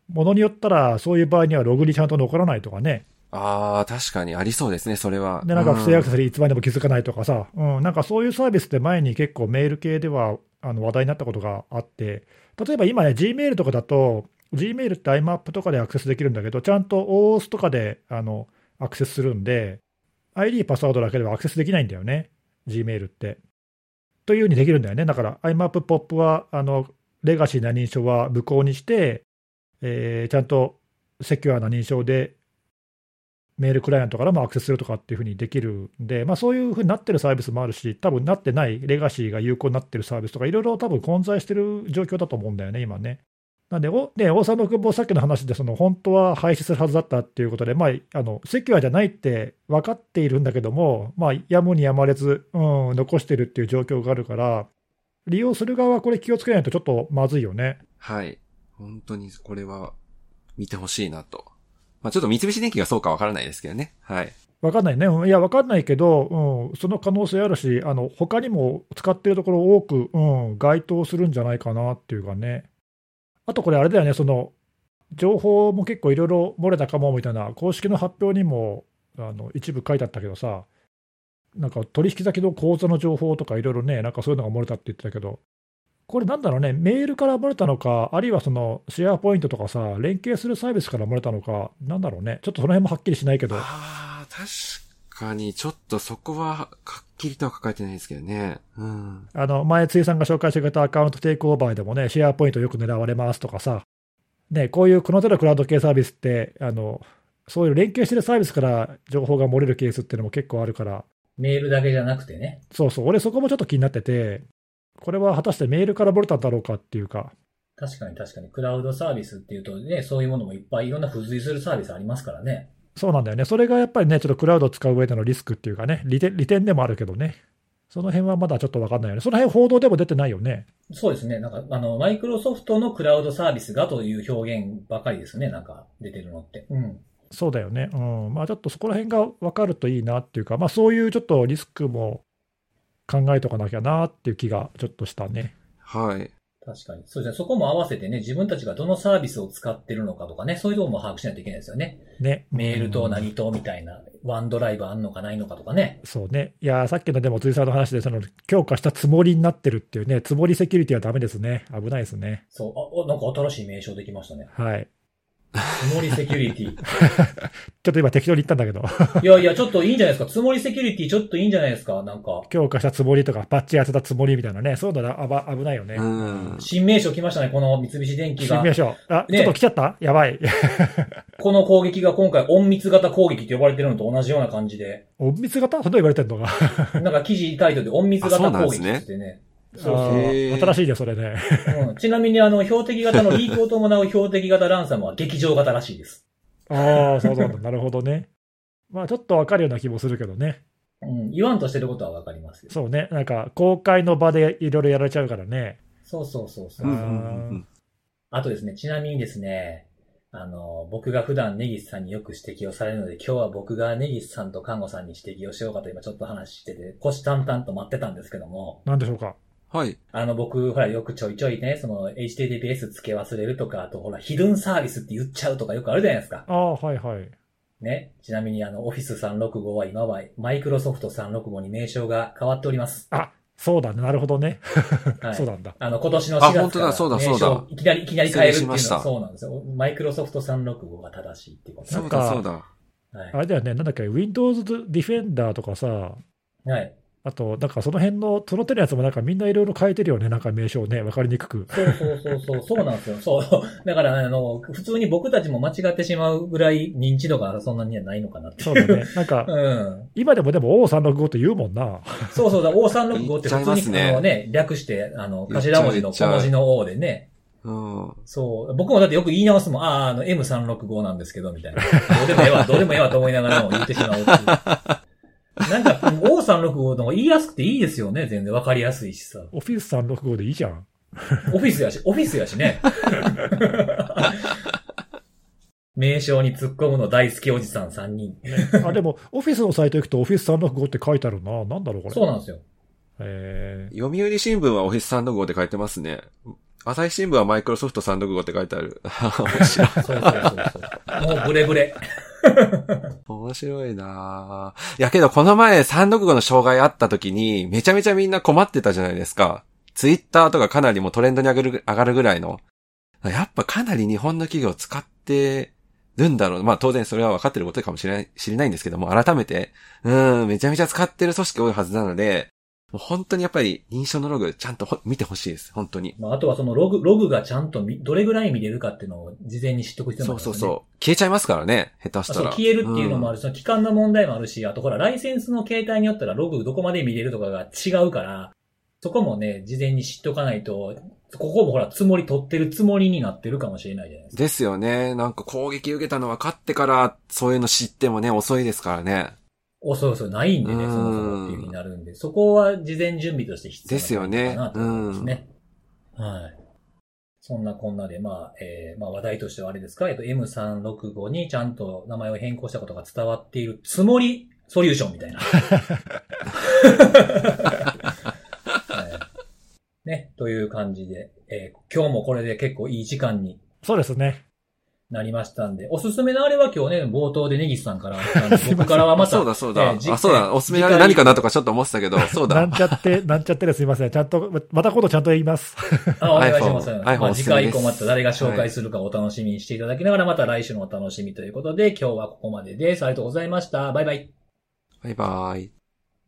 [SPEAKER 3] ものによったら、そういう場合にはログにちゃんと残らないとかね、
[SPEAKER 2] ああ、確かにありそうですね、それは。
[SPEAKER 3] でなんか不正アク
[SPEAKER 2] セ
[SPEAKER 3] セスにいつまでも気づかないとかさ、うん、なんかそういうサービスって前に結構メール系ではあの話題になったことがあって、例えば今ね、Gmail とかだと、Gmail って IMAP とかでアクセスできるんだけど、ちゃんと OAuth とかであのアクセスするんで、ID、パスワードだけではアクセスできないんだよね、Gmail って。というようにできるんだよね。だから IMAP、POP は、あのレガシーな認証は無効にして、えーちゃんとセキュアな認証でメールクライアントからもアクセスするとかっていうふうにできるんで、まあ、そういうふうになってるサービスもあるし、多分なってないレガシーが有効になってるサービスとか、いろいろ多分混在してる状況だと思うんだよね、今ね。なんで、おね、大沢久保さっきの話で、その本当は廃止するはずだったっていうことで、まあ、あのセキュアじゃないって分かっているんだけども、まあ、やむにやまれず、うん、残してるっていう状況があるから、利用する側はこれ、気をつけないとちょっとまずいよね。
[SPEAKER 2] はい。本当にこれは見てほしいなと。まあちょっと三菱電機がそうかわからないですけどね。はい。
[SPEAKER 3] わかんないね、うんいや、わかんないけど、うん、その可能性あるし、あの他にも使ってるところ多く、うん、該当するんじゃないかなっていうかね。あとこれ、あれだよね、その情報も結構いろいろ漏れたかもみたいな、公式の発表にもあの一部書いてあったけどさ、なんか取引先の口座の情報とかいろいろね、なんかそういうのが漏れたって言ってたけど、これなんだろうね、メールから漏れたのか、あるいはそのシェアポイントとかさ、連携するサービスから漏れたのか、なんだろうね、ちょっとその辺もはっきりしないけど。
[SPEAKER 2] ああ、確かにちょっとそこははっきりとは書かれてないですけどね。うん。
[SPEAKER 3] あの、前、ついさんが紹介してくれたアカウントテイクオーバーでもね、シェアポイントよく狙われますとかさ、ね、こういうこの手のクラウド系サービスって、あの、そういう連携してるサービスから情報が漏れるケースっていうのも結構あるから、
[SPEAKER 1] メールだけじゃなくてね。
[SPEAKER 3] そうそう、俺そこもちょっと気になってて、これは果たしてメールから漏れたんだろうかっていうか、
[SPEAKER 1] 確かに確かに、クラウドサービスっていうとね、そういうものもいっぱいいろんな付随するサービスありますからね。
[SPEAKER 3] そうなんだよね。それがやっぱりね、ちょっとクラウドを使う上でのリスクっていうかね、利点利点でもあるけどね。その辺はまだちょっと分かんないよね。その辺報道でも出てないよね。
[SPEAKER 1] そうですね。なんか、あの、マイクロソフトのクラウドサービスがという表現ばかりですね。なんか、出てるのって。うん。
[SPEAKER 3] そうだよね。うん。まあちょっとそこら辺が分かるといいなっていうか、まあそういうちょっとリスクも考えとかなきゃなっていう気がちょっとしたね。
[SPEAKER 2] はい。
[SPEAKER 1] 確かに。そうですね。そこも合わせてね、自分たちがどのサービスを使ってるのかとかね、そういうところも把握しないといけないですよね。
[SPEAKER 3] ね。
[SPEAKER 1] メールと
[SPEAKER 3] うん
[SPEAKER 1] 何とみたいな、ワンドライブあんのかないのかとかね。
[SPEAKER 3] そうね。いやー、さっきのでも、辻さんの話で、その、強化したつもりになってるっていうね、つもりセキュリティはダメですね。危ないですね。
[SPEAKER 1] そう、あ、おなんか新しい名称できましたね。
[SPEAKER 3] はい。
[SPEAKER 1] つもりセキュリティ。
[SPEAKER 3] ちょっと今適当に言ったんだけど、
[SPEAKER 1] いやいや、ちょっといいんじゃないですか。つもりセキュリティちょっといいんじゃないですか。なんか、
[SPEAKER 3] 強化したつもりとか、パッチ当てたつもりみたいなね、そういうのはあば危ないよね
[SPEAKER 2] う。ん。
[SPEAKER 1] 新名称来ましたね。この三菱電機
[SPEAKER 3] 進
[SPEAKER 1] が
[SPEAKER 3] み。ましょう。あ、
[SPEAKER 1] ね
[SPEAKER 3] ちょっと来ちゃったやばい。
[SPEAKER 1] この攻撃が今回、隠密型攻撃って呼ばれてるのと同じような感じで、
[SPEAKER 3] 隠密型そ んな言われてんのが。
[SPEAKER 1] なんか記事タイトルで隠密型
[SPEAKER 2] あそうなん
[SPEAKER 1] 攻
[SPEAKER 2] で
[SPEAKER 1] 撃っ
[SPEAKER 2] す
[SPEAKER 1] て言
[SPEAKER 2] ね
[SPEAKER 1] ってね。そう
[SPEAKER 2] う
[SPEAKER 3] あー
[SPEAKER 2] へー
[SPEAKER 3] 新しいね、それね。
[SPEAKER 1] うんちなみに、あの、標的型のリークを伴う標的型ランサムは劇場型らしいです。
[SPEAKER 3] ああ、そうそう、なるほどね。まあ、ちょっとわかるような気もするけどね。
[SPEAKER 1] うん、言わんとしてることはわかりますよ。
[SPEAKER 3] そうね。なんか、公開の場でいろいろやられちゃうからね。
[SPEAKER 1] そうそうそうそうう、
[SPEAKER 2] んうんうん
[SPEAKER 1] あとですね、ちなみにですね、あの、僕が普段ネギスさんによく指摘をされるので、今日は僕がネギスさんと看護さんに指摘をしようかと今ちょっと話してて、腰淡々と待ってたんですけども、
[SPEAKER 3] なんでしょうか。
[SPEAKER 2] はい。
[SPEAKER 1] あの、僕、ほら、よくちょいちょいね、その、HTTPS 付け忘れるとか、あと、ほら、ヒドゥンサービスって言っちゃうとかよくあるじゃないですか。
[SPEAKER 3] ああ、はいはい。
[SPEAKER 1] ね。ちなみに、あの、Office 365は今は、マイクロソフト365に名称が変わっております。
[SPEAKER 3] あ、そうだね。なるほどね。
[SPEAKER 1] はい。
[SPEAKER 3] そうなんだ。
[SPEAKER 1] あの、今年の4
[SPEAKER 2] あ
[SPEAKER 1] 月から
[SPEAKER 2] 本当だそうだ
[SPEAKER 1] 名称を
[SPEAKER 2] そうだ
[SPEAKER 1] いきなり、いきなり変えるっていうのは
[SPEAKER 2] 失礼しました
[SPEAKER 1] そうなんですよ。マイクロソフト365が正しいっていうこと
[SPEAKER 2] そ
[SPEAKER 1] なん
[SPEAKER 2] う
[SPEAKER 1] です
[SPEAKER 2] だそうだ。
[SPEAKER 1] はい
[SPEAKER 3] あ。れだよね、なんだっけ、Windows Defender とかさ、
[SPEAKER 1] はい。
[SPEAKER 3] あと、なんかその辺の、その手のやつもなんかみんないろいろ変えてるよね、なんか名称ね、わかりにくく。
[SPEAKER 1] そうそうそうそう、そうなんですよ。そう。 だから、あの、普通に僕たちも間違ってしまうぐらい認知度がそんなにはないのかなって。
[SPEAKER 3] そうだね。なんか、
[SPEAKER 1] うん。
[SPEAKER 3] 今でもでも O365 って言うもんな。
[SPEAKER 1] そうそうだ、O365 って
[SPEAKER 2] 言っちゃいま
[SPEAKER 1] 普通
[SPEAKER 2] す
[SPEAKER 1] に、
[SPEAKER 2] ね
[SPEAKER 1] あのね、略して、あの、頭文字の
[SPEAKER 2] 言っちゃ
[SPEAKER 1] 小
[SPEAKER 2] う
[SPEAKER 1] 文字の O でね。
[SPEAKER 2] うん。は
[SPEAKER 1] そう。僕もだってよく言い直すもん、ああ、あの、M365 なんですけど、みたいな。どうでもええ わ、どうでもええわと思いながらも言ってしまうっていう。なんか、O365 の方が言いやすくていいですよね、全然。わかりやすいしさ。
[SPEAKER 3] Office365 でいいじゃん。
[SPEAKER 1] オフィスやし、オフィスやしね。 名称に突っ込むの大好きおじさん3人。
[SPEAKER 3] あ、でも、Office のサイト行くと Office365 って書いてあるな。なんだろう、これ。
[SPEAKER 1] そうなんですよ。
[SPEAKER 3] えー
[SPEAKER 2] 読売新聞はオフィス365って書いてますね。朝日新聞はマイクロソフト365って書いてある。面白い。
[SPEAKER 1] そうそうそうそう。もうブレブレ。
[SPEAKER 2] 面白いなぁいやけどこの前365の障害あった時にめちゃめちゃみんな困ってたじゃないですか。ツイッターとかかなりもうトレンドに上がる上がるぐらいの。やっぱかなり日本の企業使ってるんだろう。まあ当然それは分かってることかもしれない、知れないんですけども、改めて、うん、めちゃめちゃ使ってる組織多いはずなので、もう本当にやっぱり認証のログちゃんとほ見てほしいです。本当に。
[SPEAKER 1] まあ、あとはそのログ、ログがちゃんとみどれぐらい見れるかっていうのを事前に知っておく必要
[SPEAKER 2] そ
[SPEAKER 1] もあ
[SPEAKER 2] う
[SPEAKER 1] り
[SPEAKER 2] そ
[SPEAKER 1] ま
[SPEAKER 2] う
[SPEAKER 1] す
[SPEAKER 2] そ
[SPEAKER 1] よね。
[SPEAKER 2] う。消えちゃいますからね。下手し
[SPEAKER 1] あ
[SPEAKER 2] た
[SPEAKER 1] そう
[SPEAKER 2] ら。
[SPEAKER 1] 消えるっていうのもあ
[SPEAKER 2] る。
[SPEAKER 1] るし、その期間の問題もあるし、あとほら、ライセンスの形態によったらログどこまで見れるとかが違うから、そこもね、事前に知っておかないと、ここもほら、つもり取ってるつもりになってるかもしれないじゃないですか。
[SPEAKER 2] ですよね。なんか攻撃受けたの分かってから、そういうの知ってもね、遅いですからね。
[SPEAKER 1] おそうそうないんでね、
[SPEAKER 2] う
[SPEAKER 1] そ
[SPEAKER 2] ん
[SPEAKER 1] もそもっていうふうになるんで、そこは事前準備として必要なことかなと思いますね。はい。そんなこんなで、まあ、えー、まあ話題としてはあれですか、えっと、M365 にちゃんと名前を変更したことが伝わっているつもりソリューションみたいな。 はいね、という感じで、えー今日もこれで結構いい時間に
[SPEAKER 3] そうですね。
[SPEAKER 1] なりましたんで、おすすめのあれは今日ね、冒頭でネギスさんからあったんで
[SPEAKER 3] すいません
[SPEAKER 1] 僕からはまた、
[SPEAKER 2] そうだそうだ。
[SPEAKER 1] えーじ
[SPEAKER 2] あ、そうだ。おすすめあれ何かなとかちょっと思ってたけど、そ う
[SPEAKER 3] な
[SPEAKER 2] だ
[SPEAKER 3] ん。ちゃって、なんちゃってですいません。ちゃんと、また今度ちゃんと言います。
[SPEAKER 1] あ、お願いします。
[SPEAKER 2] iPhone
[SPEAKER 1] まあ、
[SPEAKER 2] お
[SPEAKER 1] 次
[SPEAKER 2] すすめ
[SPEAKER 1] 回
[SPEAKER 2] です
[SPEAKER 1] 以降また誰が紹介するかお楽しみにしていただきながら、また来週のお楽しみということで、今日はここまでです。ありがとうございました。バイバイ。
[SPEAKER 2] バイバイ。